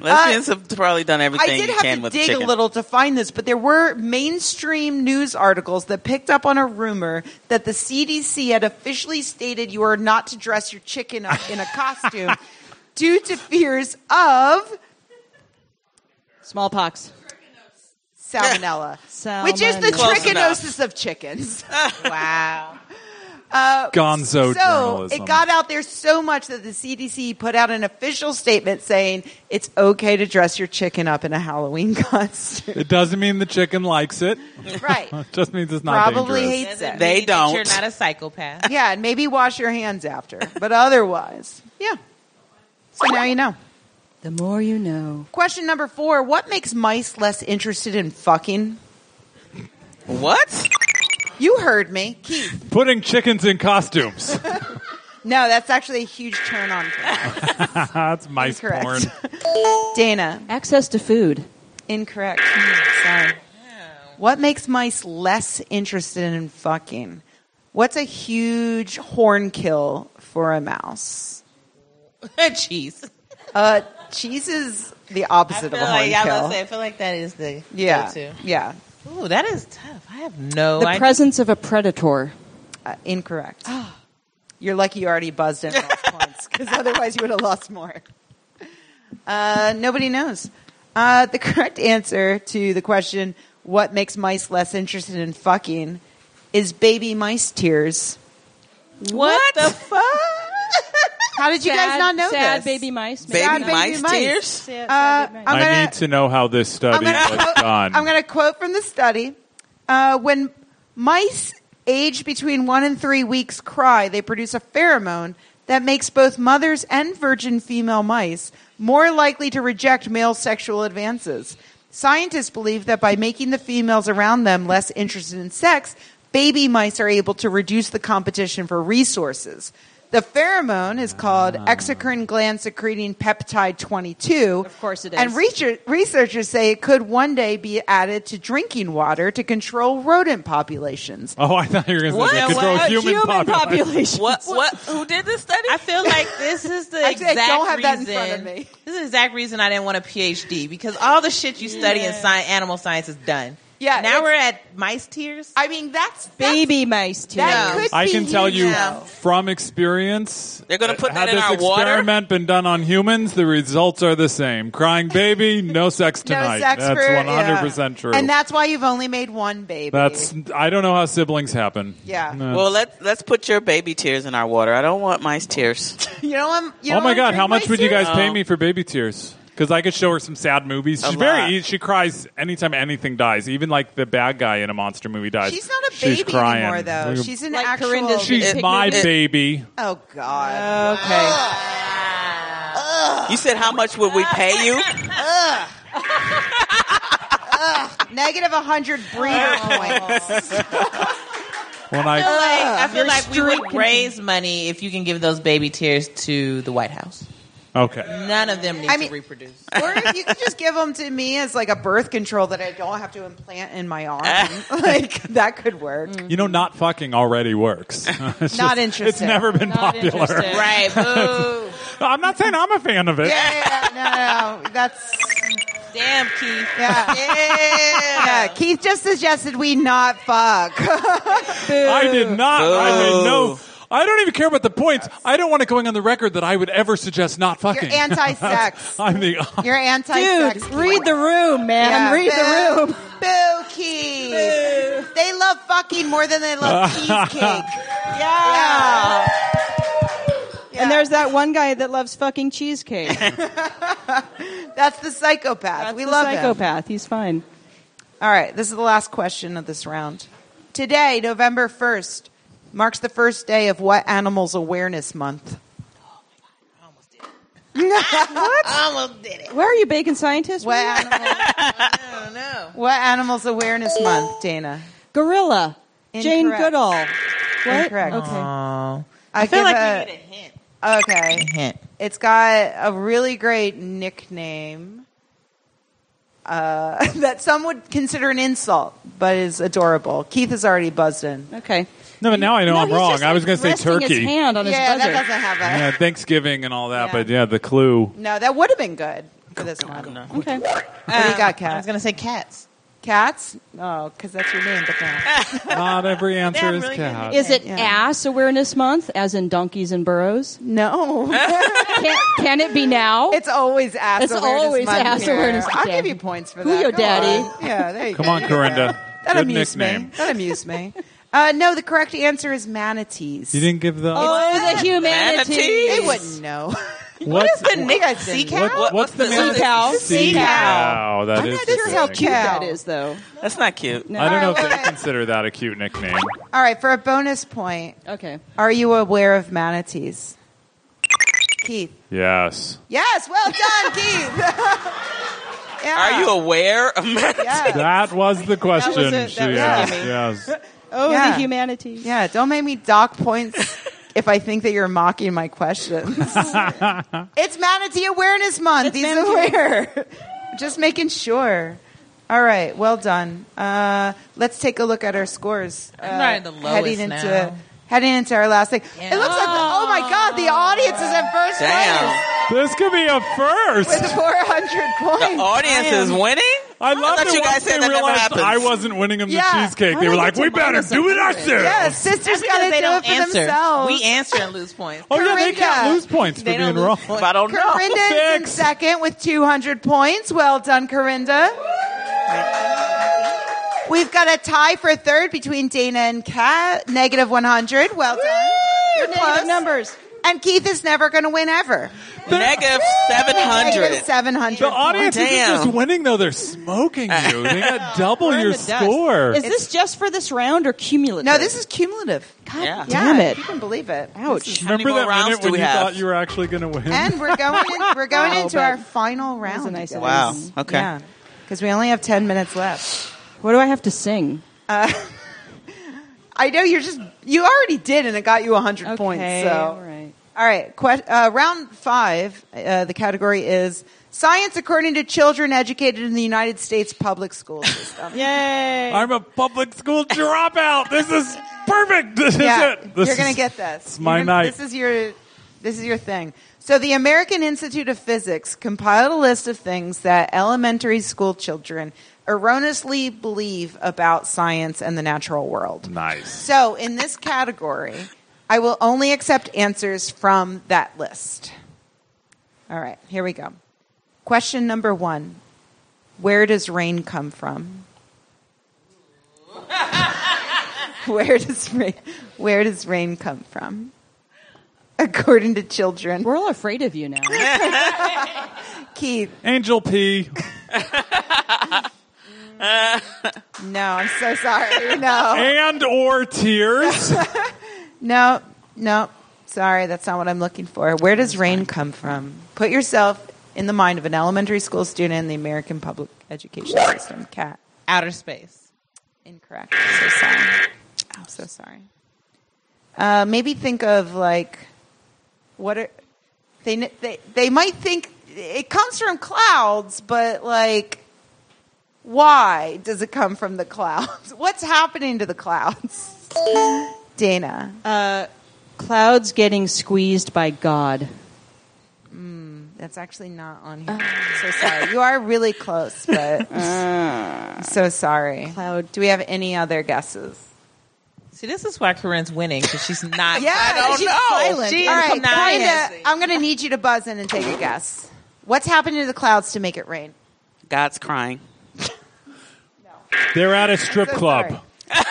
S4: Lesbians have probably done
S1: I
S4: everything
S1: did
S4: you
S1: have
S4: can
S1: to
S4: with
S1: dig
S4: chicken.
S1: a little to find this, but there were mainstream news articles that picked up on a rumor that the CDC had officially stated you are not to dress your chicken up in a costume due to fears of
S3: Smallpox.
S1: salmonella,
S3: Salmonella.
S1: which is the
S4: Close enough.
S1: trichinosis of chickens.
S5: Wow.
S3: Oh,
S2: Gonzo
S1: so
S2: journalism.
S1: it got out there so much that the CDC put out an official statement saying it's okay to dress your chicken up in a Halloween costume.
S2: It doesn't mean the chicken likes it.
S1: right.
S2: It just means it's not
S1: Probably
S2: dangerous.
S1: hates it.
S4: They
S5: Meaning that You're
S4: don't.
S5: not a psychopath.
S1: Yeah, and maybe wash your hands after. But otherwise, yeah. So now you know.
S3: The more you know.
S1: Question number four What makes mice less interested in fucking?
S4: What?
S1: You heard me, Keith.
S2: Putting chickens in costumes.
S1: No, that's actually a huge turn on. for them.
S2: That's mice
S1: Incorrect.
S2: porn.
S1: Dana,
S3: Access to food.
S1: incorrect. Sorry. What makes mice less interested in fucking? What's a huge horn kill for a mouse?
S5: Cheese.
S1: Uh, cheese is the
S5: I
S1: opposite
S5: feel
S1: of a horn
S5: like I was
S1: kill.
S5: gonna say, I feel like that is the
S1: yeah,
S5: go-to.
S1: yeah,
S5: Ooh, that is tough. I have no
S3: The
S5: idea.
S3: presence of a predator.
S1: Uh, incorrect.
S3: Ah.
S1: You're lucky you already buzzed in and lost points because otherwise you would have lost more. Uh, nobody knows. Uh, the correct answer to the question, what makes mice less interested in fucking, is baby mice tears.
S5: what, the fuck?
S1: How did you guys not know
S3: sad
S1: this?
S3: baby mice.
S4: Baby
S1: Sad baby
S4: mice
S1: mice.
S4: tears?
S3: Sad,
S1: Uh,
S3: baby mice.
S1: I'm
S2: I
S1: gonna-
S2: need to know how this
S1: I'm
S2: study
S1: gonna,
S2: was
S1: quote,
S2: done.
S1: I'm gonna quote from the study. Uh, when mice aged between one and three weeks cry, they produce a pheromone that makes both mothers and virgin female mice more likely to reject male sexual advances. Scientists believe that by making the females around them less interested in sex, baby mice are able to reduce the competition for resources. The pheromone is called
S2: Ah.
S1: exocrine gland secreting peptide 22.
S3: Of course it
S1: And
S3: is.
S1: Reacher- researchers say it could one day be added to drinking water to control rodent populations.
S2: oh, I thought you were going
S5: What?
S2: to say they control
S5: What?
S2: human, population.
S4: What? What? Who did this study?
S5: I feel like this is the
S1: Actually, I
S5: exact
S1: don't have that in
S5: reason.
S1: front of me.
S5: This is the exact reason I didn't want a PhD because all the shit you study in sci- animal science is done.
S1: Yeah,
S5: Now
S1: it's-
S5: we're at mice tears.
S1: I mean, that's that's-
S3: Baby mice too.
S1: That could
S2: I
S1: be
S2: can tell you
S1: now.
S2: from experience. uh,
S4: They're gonna put
S2: had
S4: that in
S2: this
S4: our water?
S2: experiment been done on humans, the results are the same. Crying baby, no sex tonight.
S1: No sex
S2: That's
S1: for-
S2: one hundred percent
S1: yeah.
S2: true.
S1: And that's why you've only made one baby.
S2: That's I don't know how siblings happen.
S1: Yeah.
S2: That's-
S4: Well, let's let's put your baby tears in our water. I don't want mice tears.
S1: you know. I'm, you don't
S2: oh my
S1: wanna
S2: god,
S1: drink
S2: how much
S1: my
S2: would you
S1: syrup?
S2: guys pay me for baby tears? Because I could show her some sad movies. She's
S4: lot.
S2: very e- she cries anytime anything dies, even like the bad guy in a monster movie dies.
S1: She's not a
S2: She's
S1: baby
S2: crying.
S1: anymore, though. She's an
S3: Like
S1: actual.
S3: Corinda's
S2: She's
S4: It-
S2: my
S4: it-
S2: baby.
S1: oh god.
S3: Okay.
S4: You said how much would we pay you?
S1: Negative 100 breeder points.
S2: When I
S5: like, I feel
S3: Your
S5: like we would
S3: streak-
S5: raise money if you can give those baby tears to the White House.
S2: okay,
S5: None of them need
S1: I mean-
S5: to reproduce.
S1: Or if you could just give them to me as like a birth control that I don't have to implant in my arm, like that could work.
S2: you know, not fucking already works. It's just-
S1: Not interested.
S2: It's never been popular.
S3: interested.
S5: Right, boo.
S2: I'm not saying I'm a fan of it.
S1: Yeah, yeah, yeah. no, no, that's
S5: Damn, Keith.
S1: yeah. yeah.
S5: Yeah.
S1: Keith just suggested we not fuck.
S2: I did not. I
S4: Boo.
S2: made no. I don't even care about the points. I don't want it going on the record that I would ever suggest not
S1: You're
S2: fucking.
S1: anti-sex.
S2: I'm the.
S1: You're anti-sex.
S3: Dude, read the room, man.
S1: Yeah.
S3: read the
S1: Boo.
S3: room.
S1: Boo, Keith. They love fucking more than they love cheesecake. Yeah. Yeah.
S3: And there's that one guy that loves fucking cheesecake.
S1: That's the psychopath.
S3: That's
S1: we
S3: the
S1: love him.
S3: psychopath. He's fine.
S1: All right, this is the last question of this round. Today, November 1st, marks the first day of what animals awareness month?
S5: Almost did it.
S3: Where are you, bacon scientist?
S1: What,
S3: Where are you?
S1: animal,
S5: I don't know.
S1: what animals awareness month, Dana?
S3: Gorilla. Jane
S1: Incorrect.
S3: Goodall. What?
S1: Incorrect.
S3: Okay.
S1: I,
S5: feel
S1: give
S5: like
S1: a-
S5: we need a hint.
S1: okay.
S5: A hint.
S1: It's got a really great nickname uh, that some would consider an insult, but is adorable. Keith has already buzzed in.
S3: Okay.
S2: No, but now I know I'm
S3: he's
S2: wrong.
S3: just,
S2: I
S3: like,
S2: was going to say
S3: resting
S2: turkey.
S3: His hand on his
S1: yeah,
S3: buzzer.
S1: that doesn't have that.
S2: Yeah, Thanksgiving and all that,
S1: Yeah.
S2: but yeah, the clue.
S1: No, that would have been good for this one.
S3: Okay.
S1: What do you
S3: Ah.
S1: got,
S5: I
S1: Kat?
S5: was going to say cats.
S1: Cats? Oh, because that's your name, but no.
S2: Not every
S5: They
S2: answer
S5: have
S2: is
S5: really good
S2: cat.
S3: Is it
S1: Yeah.
S3: ass awareness month, as in donkeys and burros?
S1: No.
S3: Can, can it be now?
S1: it's always ass
S3: It's
S1: awareness
S3: always
S1: month
S3: ass
S1: here.
S3: awareness
S1: I'll
S3: day.
S1: give you points for
S3: Who
S1: that.
S3: your
S1: Go
S3: daddy?
S1: on. Yeah, there you
S2: Come
S1: go.
S2: on, Corinda.
S1: That
S2: good
S1: amused
S2: nickname.
S1: me. That amused me. Uh, no, the correct answer is manatees.
S2: You didn't give the.
S3: oh, the humanity.
S4: Manatee.
S1: they wouldn't know.
S2: what's,
S1: the nick? Sea cow?
S2: what-
S4: What-
S2: what's the
S4: what's
S2: man-
S4: the- Sea
S3: cow.
S2: Sea
S1: Sea
S2: cow. That
S1: I'm
S2: is
S1: not
S2: the
S1: sure how
S2: thing.
S3: Cute
S1: Cow.
S3: that is, though.
S4: That's not cute.
S2: I don't know
S1: Alright,
S2: if they
S1: wait.
S2: consider that a cute nickname.
S1: All right, for a bonus point,
S3: Okay.
S1: are you aware of manatees? Keith.
S2: Yes.
S1: Yes, well done, Keith. yeah.
S4: Are you aware of manatees?
S1: Yeah.
S2: That was the question
S5: it. That
S2: she
S5: was
S2: asked.
S5: it.
S2: Yes.
S3: Oh,
S1: Yeah.
S3: the humanity.
S1: Yeah, don't make me dock points if I think that you're mocking my questions. it's Manatee Awareness Month. He's aware. Just making sure. All right, well done. Uh, let's take a look at our scores. Uh,
S5: I'm probably the
S1: heading
S5: lowest
S1: into
S5: now.
S1: heading into our last thing.
S5: Yeah.
S1: It looks like the, oh my god, the audience is at first
S4: Damn.
S1: place
S2: This could be a
S1: with
S2: first.
S1: 400
S4: The
S1: points.
S4: audience is winning.
S2: I love
S4: thought
S2: it
S4: you
S2: once
S4: guys said
S2: they
S4: that never
S2: realized
S4: happens.
S2: I wasn't winning them
S1: Yeah.
S2: the cheesecake. They were like, we better do it ourselves.
S1: yeah, sisters
S5: That's
S1: got to
S5: because
S1: do
S5: they don't
S1: it for
S5: answer.
S1: themselves.
S5: We answer and lose points.
S2: Oh, yeah, they
S1: Corinda.
S2: can't lose points for
S5: They don't
S2: being
S5: lose
S2: wrong.
S5: points.
S4: But I don't know.
S1: Corinda is in
S2: Six.
S1: second with 200 points. Well done, Corinda. We've got a tie for third between Dana and Kat, negative 100. Well done. You're close.
S3: Negative numbers.
S1: And Keith is never going to win ever.
S4: Negative seven
S1: Negative
S4: hundred.
S1: 700.
S2: The audience isn't
S4: Damn.
S2: just winning, though. They're smoking you. They got double
S3: We're in
S2: your
S3: the dust.
S2: score.
S3: Is this just for this round or cumulative?
S1: No, this is cumulative.
S3: God
S4: Yeah.
S3: damn
S1: yeah,
S3: it.
S1: You can believe it.
S3: Ouch.
S2: Remember
S4: How many
S2: that
S4: more rounds
S2: minute
S4: do
S2: when
S4: we
S2: you
S4: have?
S2: thought you were actually going to win?
S1: And we're going in, we're going
S3: Wow,
S1: into
S3: but-
S1: our final round.
S3: a nice
S1: guys.
S3: idea.
S4: Wow. Okay.
S1: Yeah. Because we only have 10 minutes left.
S3: What do I have to sing?
S1: I know you're just, you already did, and it got you 100 points.
S3: Okay,
S1: So.
S3: all right.
S1: All right. Que- uh, round five, uh, the category is science according to children educated in the United States public school system.
S3: Yay.
S2: I'm a public school dropout. This is perfect. This
S1: yeah,
S2: is it. This
S1: you're going
S2: is-
S1: to get this.
S2: it's my
S1: You're-
S2: night.
S1: This is your, this is your thing. So the American Institute of Physics compiled a list of things that elementary school children erroneously believe about science and the natural world.
S2: Nice.
S1: So, in this category, I will only accept answers from that list. All right, here we go. Question number one Where does rain come from? where does rain, where does rain come from? According to children,
S3: We're all afraid of you now.
S1: Keith.
S2: Angel P.
S1: No, I'm so sorry. No,
S2: and or tears.
S1: no, no. Sorry, that's not what I'm looking for. Where does rain come from? Put yourself in the mind of an elementary school student in the American public education system. Cat.
S5: Outer space.
S1: Incorrect. I'm so sorry. I'm so sorry. Uh, maybe think of like what are they? They they might think it comes from clouds, but like why does it come from the clouds? What's happening to the clouds? Dana,
S3: Clouds getting squeezed by God.
S1: that's actually not on here. I'm so sorry. You are really close, but I'm so sorry.
S3: Cloud.
S1: Do we have any other guesses?
S5: See, this is why Corinne's winning because she's not.
S1: Yeah,
S5: I don't
S1: she's
S5: know.
S1: silent.
S5: She's
S1: All right,
S5: not.
S1: Kinda, I'm going to need you to buzz in and take a guess. What's happening to the clouds to make it rain?
S4: God's crying.
S2: They're at a strip
S1: So
S2: club.
S1: sorry.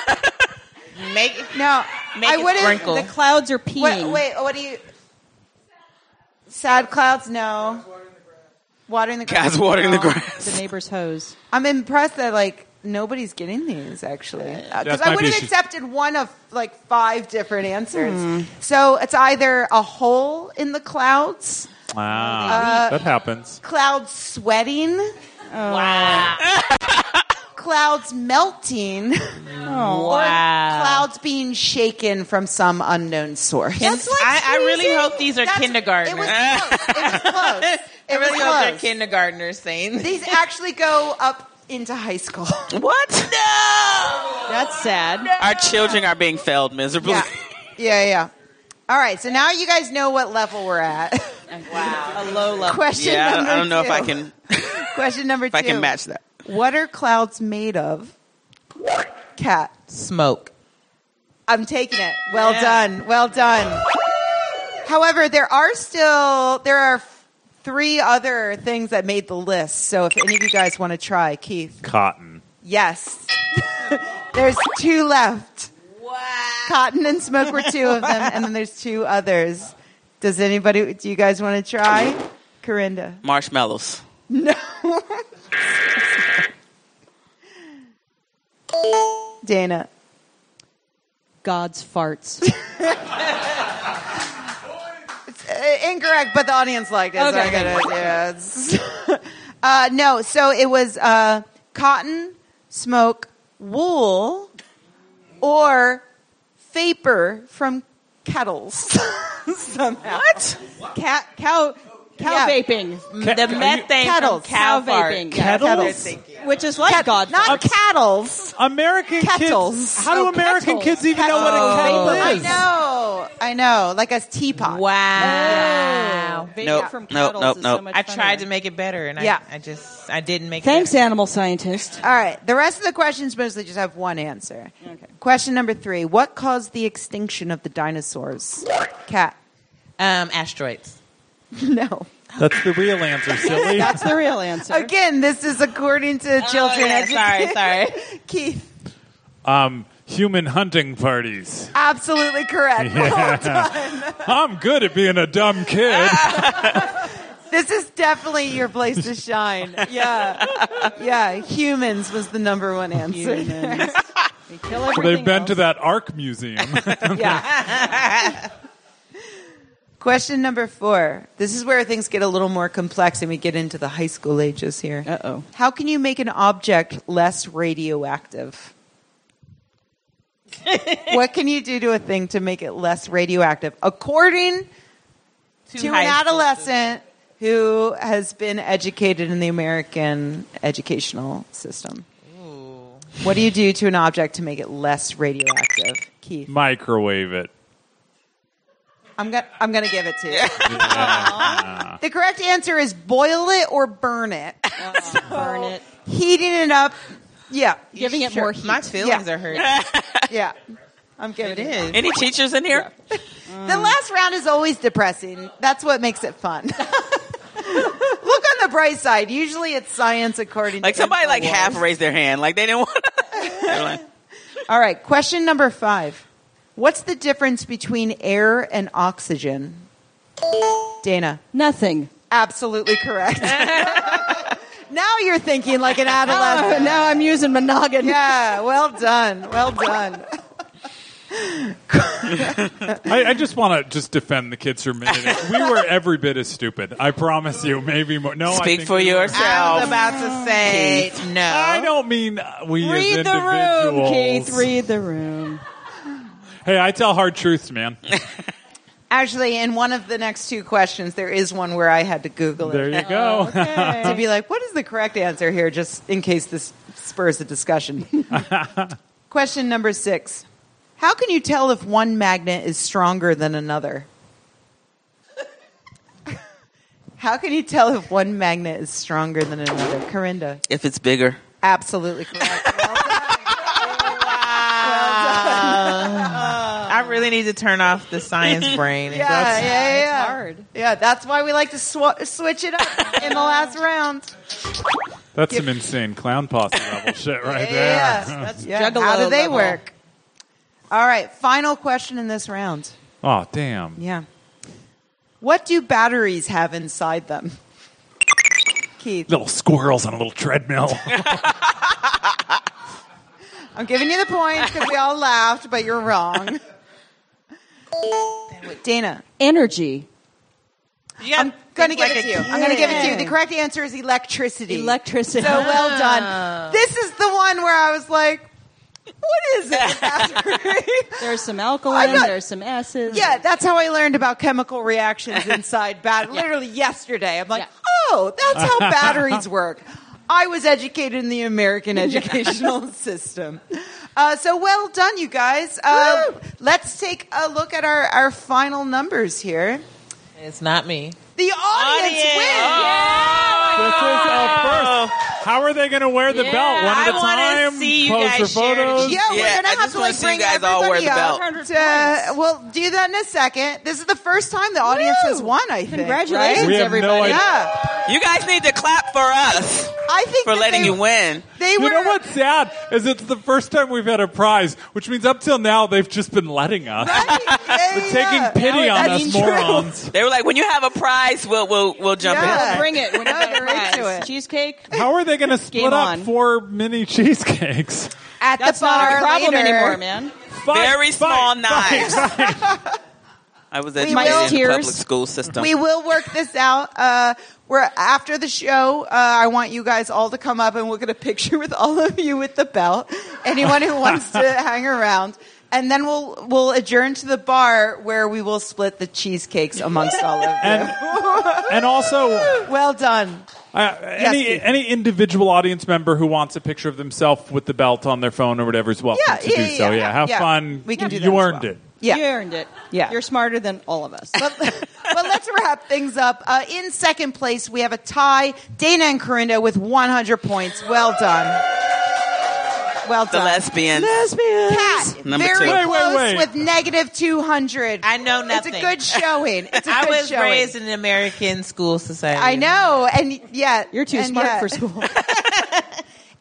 S5: Make
S1: No,
S5: Make
S1: I
S5: it
S1: wouldn't.
S5: sprinkle.
S3: The clouds are peeing.
S1: What, wait, what do you? Sad clouds? No. Watering the grass.
S4: God's watering the
S1: No.
S4: grass.
S3: The neighbor's hose.
S1: I'm impressed that like nobody's getting these actually because
S2: That
S1: I
S2: might
S1: would
S2: be
S1: have
S2: she-
S1: accepted one of like five different answers. So it's either a hole in the clouds,
S2: Ah,
S1: Uh,
S2: that happens.
S1: clouds sweating,
S5: wow.
S1: clouds melting. Or
S5: Wow.
S1: clouds being shaken from some unknown source.
S5: That's like I- I really sneezing. hope these are kindergartners.
S1: It was close. It was close. It
S5: I
S1: was
S5: really hope they're
S1: close.
S5: kindergartners saying
S1: These actually go up into high school.
S4: What? No.
S3: That's sad.
S4: Our children are being failed miserably.
S1: Yeah. Yeah, yeah. All right, so now you guys know what level we're at.
S5: wow.
S3: A low level.
S1: Question
S4: Yeah, I don't,
S1: number
S4: I don't know if I
S1: two.
S4: can if
S1: Question number two.
S4: I can match that.
S1: What are clouds made of? Cat.
S5: smoke.
S1: I'm taking it. Well
S5: Yeah.
S1: done. Well done. However, there are still there are f- three other things that made the list. So if any of you guys want to try, Keith.
S2: Cotton.
S1: Yes. there's two left.
S5: Wow.
S1: Cotton and smoke were two of them and then there's two others. Does anybody do you guys want to try? Corinda.
S4: Marshmallows.
S1: No. Dana.
S3: God's farts.
S1: Uh, incorrect, but the audience liked it. so
S3: Okay,
S1: I gotta, yeah, it's- uh, no, so it was uh, cotton, smoke, wool, or vapor from kettles. Somehow. What?
S3: Cat, cow, cow
S1: Yeah.
S3: vaping.
S5: The methane
S1: Kettles.
S5: from cow,
S3: Cow
S5: fart.
S3: vaping.
S5: Yeah.
S2: Kettles?
S3: Which is like God
S1: Not cattles.
S2: American
S1: Kettles.
S2: kids. How do
S3: Oh,
S2: American
S3: kettles.
S2: kids even know
S3: Kettles.
S2: what
S1: I
S2: a kettle is?
S1: know. I know. Like a teapot.
S5: Wow.
S3: Vaping
S4: Nope,
S3: from
S4: nope,
S3: kettles
S4: nope,
S3: is
S4: nope.
S3: so much
S5: I tried
S3: funnier.
S5: to make it better, and
S1: Yeah.
S5: I, I just I didn't make
S3: Thanks,
S5: it. better.
S3: animal scientist.
S1: All right. The rest of the questions mostly just have one answer.
S3: Okay.
S1: Question number three What caused the extinction of the dinosaurs? Cat.
S5: Um, asteroids.
S1: No.
S2: That's the real answer, silly.
S3: That's the real answer.
S1: Again, this is according to children.
S5: Oh, yeah, sorry, sorry.
S1: sorry. Keith,
S2: um, human hunting parties.
S1: absolutely correct.
S2: I'm good at being a dumb kid.
S1: Ah. This is definitely your place to shine. Yeah. Yeah. Humans was the number one answer.
S3: Humans. They kill
S2: They've
S3: everything
S2: been
S3: else.
S2: to that Ark Museum.
S1: Yeah. Question number four. This is where things get a little more complex and we get into the high school ages here.
S3: Uh-oh.
S1: How can you make an object less radioactive? what can you do to a thing to make it less radioactive? According
S5: Two
S1: to an
S5: high schools.
S1: adolescent who has been educated in the American educational system. What do you do to an object to make it less radioactive, Keith?
S2: Microwave it.
S1: I'm gonna I'm gonna give it to you. The correct answer is boil it or burn it.
S3: Burn it.
S1: heating it up. Yeah,
S3: Giving it
S5: Sure,
S3: more heat.
S5: My feelings
S1: Yeah.
S5: are hurt.
S1: yeah. I'm giving
S5: It
S1: it.
S5: is.
S4: Any teachers in here?
S1: The last round is always depressing. That's what makes it fun. Look on the bright side. Usually it's science according
S4: Like
S1: to
S4: somebody like
S1: InfoWars.
S4: half raised their hand, like they didn't want. They're like,
S1: All right, question number 5. What's the difference between air and oxygen? Dana.
S3: Nothing.
S1: Absolutely correct. now you're thinking like an adolescent.
S3: Oh, now I'm using monogamous.
S1: Yeah, well done. Well done.
S2: I, I just want to just defend the kids for a minute. We were every bit as stupid. I promise you. Maybe more. No, I
S4: Speak
S2: think
S4: for
S2: we were.
S4: yourself.
S5: I was about to say no.
S2: I don't mean uh, we as
S3: Read the room,
S2: individuals.
S3: Keith. Read the room.
S2: Hey, I tell hard truths, man.
S1: Actually, in one of the next two questions, there is one where I had to Google it.
S2: There you go.
S1: to be like, what is the correct answer here, just in case this spurs a discussion. Question number six How can you tell if one magnet is stronger than another? How can you tell if one magnet is stronger than another? Corinda,
S4: if it's bigger,
S1: absolutely correct. Well done. Well done.
S5: I really need to turn off the science brain.
S1: Oh. Yeah, yeah, yeah, yeah.
S3: hard.
S1: Yeah, that's why we like to sw- switch it up in the last round.
S2: That's some insane clown posse level shit right
S1: Yeah,
S2: there.
S1: that's How do they work? All right, final question in this round.
S2: Oh, damn.
S1: Yeah. What do batteries have inside them? Keith,
S2: Little squirrels on a little treadmill.
S1: I'm giving you the point because we all laughed, but you're wrong. Dana,
S3: Energy.
S5: You gotta
S1: I'm going to give
S5: think like
S1: it
S5: a
S1: to you.
S5: kid.
S1: I'm going to give it to you.
S3: kid.
S1: The correct answer is electricity.
S3: Electricity.
S1: so well done. This is the one where I was like, what is it?
S3: There's some
S1: I'm
S3: alkaline.
S1: not-
S3: there's some acids.
S1: Yeah, that's how I learned about chemical reactions inside batteries. Literally yesterday, I'm like,
S3: Yeah.
S1: oh, that's how batteries work. I was educated in the American educational system. Uh, so well done, you guys. Uh, let's take a look at our, our final numbers here.
S5: It's not me.
S1: The audience,
S5: Audience.
S1: wins.
S2: This is a first. How are they going to wear the
S3: Yeah,
S2: belt? One at
S5: I
S2: a
S5: wanna
S2: time.
S5: see you
S2: pose
S5: guys
S2: for
S5: share it.
S2: photos.
S1: Yeah,
S4: Yeah,
S1: we're
S4: I
S1: gonna have
S4: just
S1: to
S4: wanna
S1: like
S4: see you
S1: bring
S4: guys all
S1: everybody
S4: wear the
S1: up.
S4: belt.
S1: To, we'll do that in a second. This is the first time the audience has won. I think. right?
S3: Congratulations,
S2: We have no
S3: everybody.
S2: idea.
S1: Yeah,
S4: you guys need to clap for us
S1: I think
S4: for
S1: that
S4: letting
S1: they-
S4: you win.
S1: They
S2: You
S1: were
S2: know what's sad is it's the first time we've had a prize, which means up till now they've just been letting us, taking pity
S1: Now
S2: on
S1: that's
S2: us
S1: true.
S2: morons.
S4: They were like, when you have a prize, we'll we'll we'll jump
S1: Yeah.
S4: in.
S3: Well, Bring it.
S1: No,
S3: Whenever
S1: they're into
S3: it.
S1: it.
S3: Cheesecake.
S2: How are they going to split up
S3: on.
S2: four mini cheesecakes?
S1: at
S3: That's
S1: the
S3: not
S1: bar
S3: a problem
S1: later.
S3: anymore, man.
S2: Fight,
S4: Very small
S2: fight,
S4: knives.
S2: fight.
S4: I was
S1: will.
S4: educated in the
S3: Tears.
S4: public school system.
S1: We will work this out. Uh, we're after the show. Uh, I want you guys all to come up and we'll get a picture with all of you with the belt. Anyone who wants to hang around, and then we'll we'll adjourn to the bar where we will split the cheesecakes amongst all of you.
S2: And, and also,
S1: well done.
S2: Uh, any
S1: Keith.
S2: any individual audience member who wants a picture of themselves with the belt on their phone or whatever is welcome
S1: Yeah,
S2: to
S1: yeah,
S2: do
S1: yeah,
S2: so.
S1: yeah.
S2: Yeah, have
S1: Yeah.
S2: fun.
S1: We can do that
S2: You
S1: as
S2: earned
S1: well.
S2: it.
S1: Yeah.
S3: You earned it.
S1: Yeah.
S3: You're smarter than all of us.
S1: but, but let's wrap things up. Uh, in second place, we have a tie, Dana and Corinda with 100 points. Well done. Well
S4: the
S1: done.
S4: lesbians.
S1: Pat,
S4: Number
S1: very
S2: Wait,
S4: two.
S2: wait,
S1: close
S2: wait.
S1: with negative 200.
S5: I know nothing.
S1: It's a good showing. It's a
S5: I
S1: good
S5: was
S1: showing.
S5: raised in an American school society.
S1: I know, and yeah,
S3: You're too
S1: and
S3: smart
S1: yeah.
S3: for school.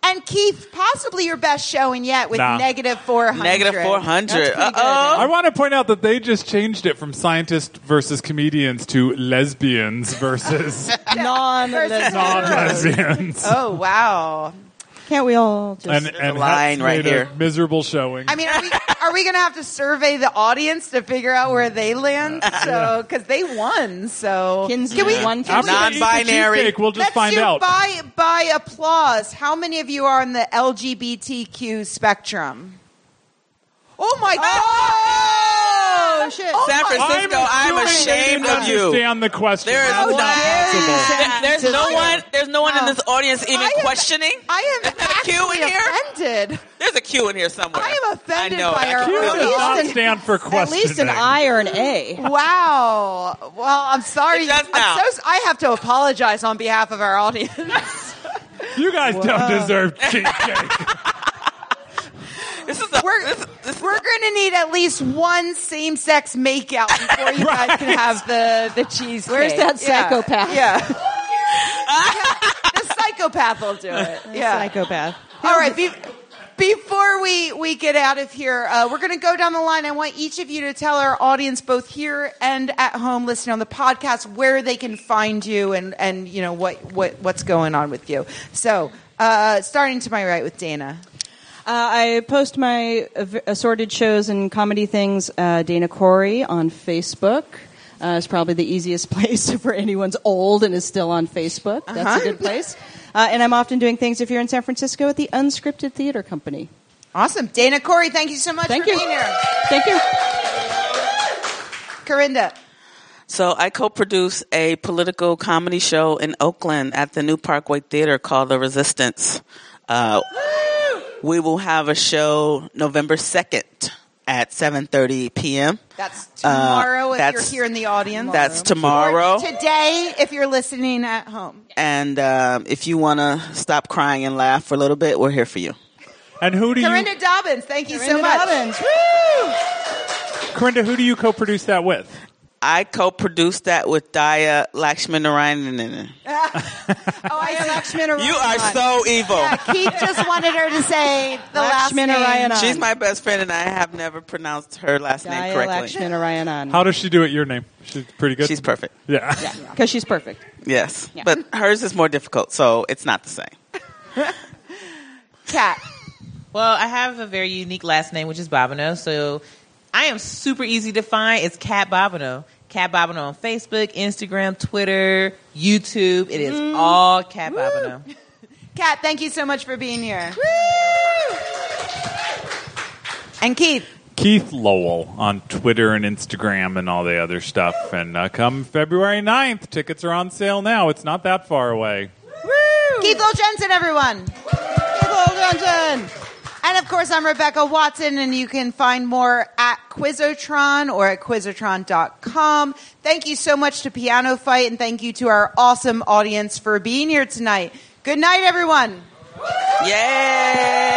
S1: And Keith, possibly your best showing yet with
S2: Nah.
S1: negative 400.
S4: Negative 400.
S3: That's pretty
S4: Uh
S3: good.
S4: oh.
S2: I want to point out that they just changed it from scientists versus comedians to lesbians versus
S3: non
S2: non-lesbians.
S1: Oh wow!
S3: Can't we all just
S2: and and
S4: line
S2: Hutz
S4: right
S2: made a
S4: here.
S2: miserable showing.
S1: I mean, are we, are we going to have to survey the audience to figure out where they land? So, because they won, so
S3: Kinsey
S1: can we
S3: won
S1: can we-
S2: After they eat the
S4: Non-binary.
S2: cheesecake, we'll just
S1: Let's
S2: find
S1: do
S2: out.
S1: by by applause. How many of you are on the LGBTQ spectrum? Oh my god!
S3: Oh, shit.
S4: San
S1: my-
S4: Francisco, I'm
S2: assuming they
S4: ashamed
S2: didn't
S4: of you.
S2: Understand the question.
S4: There is
S2: That's
S4: no-
S2: not possible.
S4: There- There's no one. There's no one in this audience even
S1: Oh. I am-
S4: questioning.
S1: I am
S4: Is there a queue in
S1: actually
S4: here?
S1: offended.
S4: There's a Q in here somewhere.
S1: I am offended
S4: I know,
S1: by
S4: I
S1: our
S4: can
S2: Q
S4: feel
S1: audience.
S2: does
S4: it.
S2: not
S1: an-
S2: stand for
S3: at
S2: questioning.
S3: least an I or an A?
S1: Wow. Well, I'm sorry.
S4: It does now.
S1: I'm so, I have to apologize on behalf of our audience.
S2: You guys don't deserve cheesecake.
S4: This is the
S1: We're-
S4: this, this,
S1: We're going to need at least one same-sex makeout before you guys can have the the cheesecake.
S6: Where's that psychopath?
S1: Yeah. yeah. The psychopath will do it. Yeah.
S3: Psychopath.
S1: All right. Be- before we, we get out of here, uh, we're going to go down the line. I want each of you to tell our audience, both here and at home, listening on the podcast, where they can find you and, and you know what, what what's going on with you. So, uh, starting to my right with Dana.
S3: Uh, I post my av- assorted shows and comedy things, uh, Dana Corey, on Facebook. Uh, it's probably the easiest place for anyone's old and is still on Facebook. That's
S1: Uh-huh.
S3: a good place. Uh, and I'm often doing things if you're in San Francisco at the Unscripted Theater Company.
S1: Awesome, Dana Corey. Thank you so much
S3: Thank
S1: for
S3: you.
S1: being here,
S3: Thank you.
S1: Corinda.
S4: So I co-produce a political comedy show in Oakland at the New Parkway Theater called The Resistance. Uh, we will have a show November second at seven thirty p.m.
S1: That's
S4: Uh,
S1: tomorrow if
S4: that's-
S1: you're here in the audience.
S4: That's
S1: Or
S4: tomorrow.
S1: today if you're listening at home.
S4: And um, if you want to stop crying and laugh for a little bit, we're here for you.
S2: And who do
S1: Corinda
S2: you,
S1: Dobbins, thank you so
S3: Corinda
S1: much.
S3: Dobbins.
S1: Woo!
S2: Corinda? Who do you co-produce that with?
S4: I co-produced that with Daya Lakshminarayanan.
S1: Oh, I see.
S4: You are so evil.
S1: Keith just wanted her to say the last name.
S3: Lakshminarayanan.
S4: She's my best friend, and I have never pronounced her last name
S3: Daya
S4: correctly.
S3: Lakshminarayanan.
S2: How does she do it? Your name? She's pretty good.
S4: She's perfect.
S2: Yeah.
S3: Because she's perfect.
S4: Yes, but hers is more difficult, so it's not the same.
S1: Cat.
S5: Well, I have a very unique last name, which is Bobino. So I am super easy to find. It's Cat Bobino. Cat Bobino on Facebook, Instagram, Twitter, YouTube. It is
S1: Mm.
S5: all Cat Bobino.
S1: Cat, thank you so much for being here. And Keith.
S2: Keith Lowell on Twitter and Instagram and all the other stuff. And uh, come February 9th, tickets are on sale now. It's not that far away.
S1: Keith Lowell Jensen, everyone. Keith Lowell Jensen. And of course, I'm Rebecca Watson, and you can find more at Quizotron or at Quizotron.com. Thank you so much to Piano Fight, and thank you to our awesome audience for being here tonight. Good night, everyone.
S4: Yay!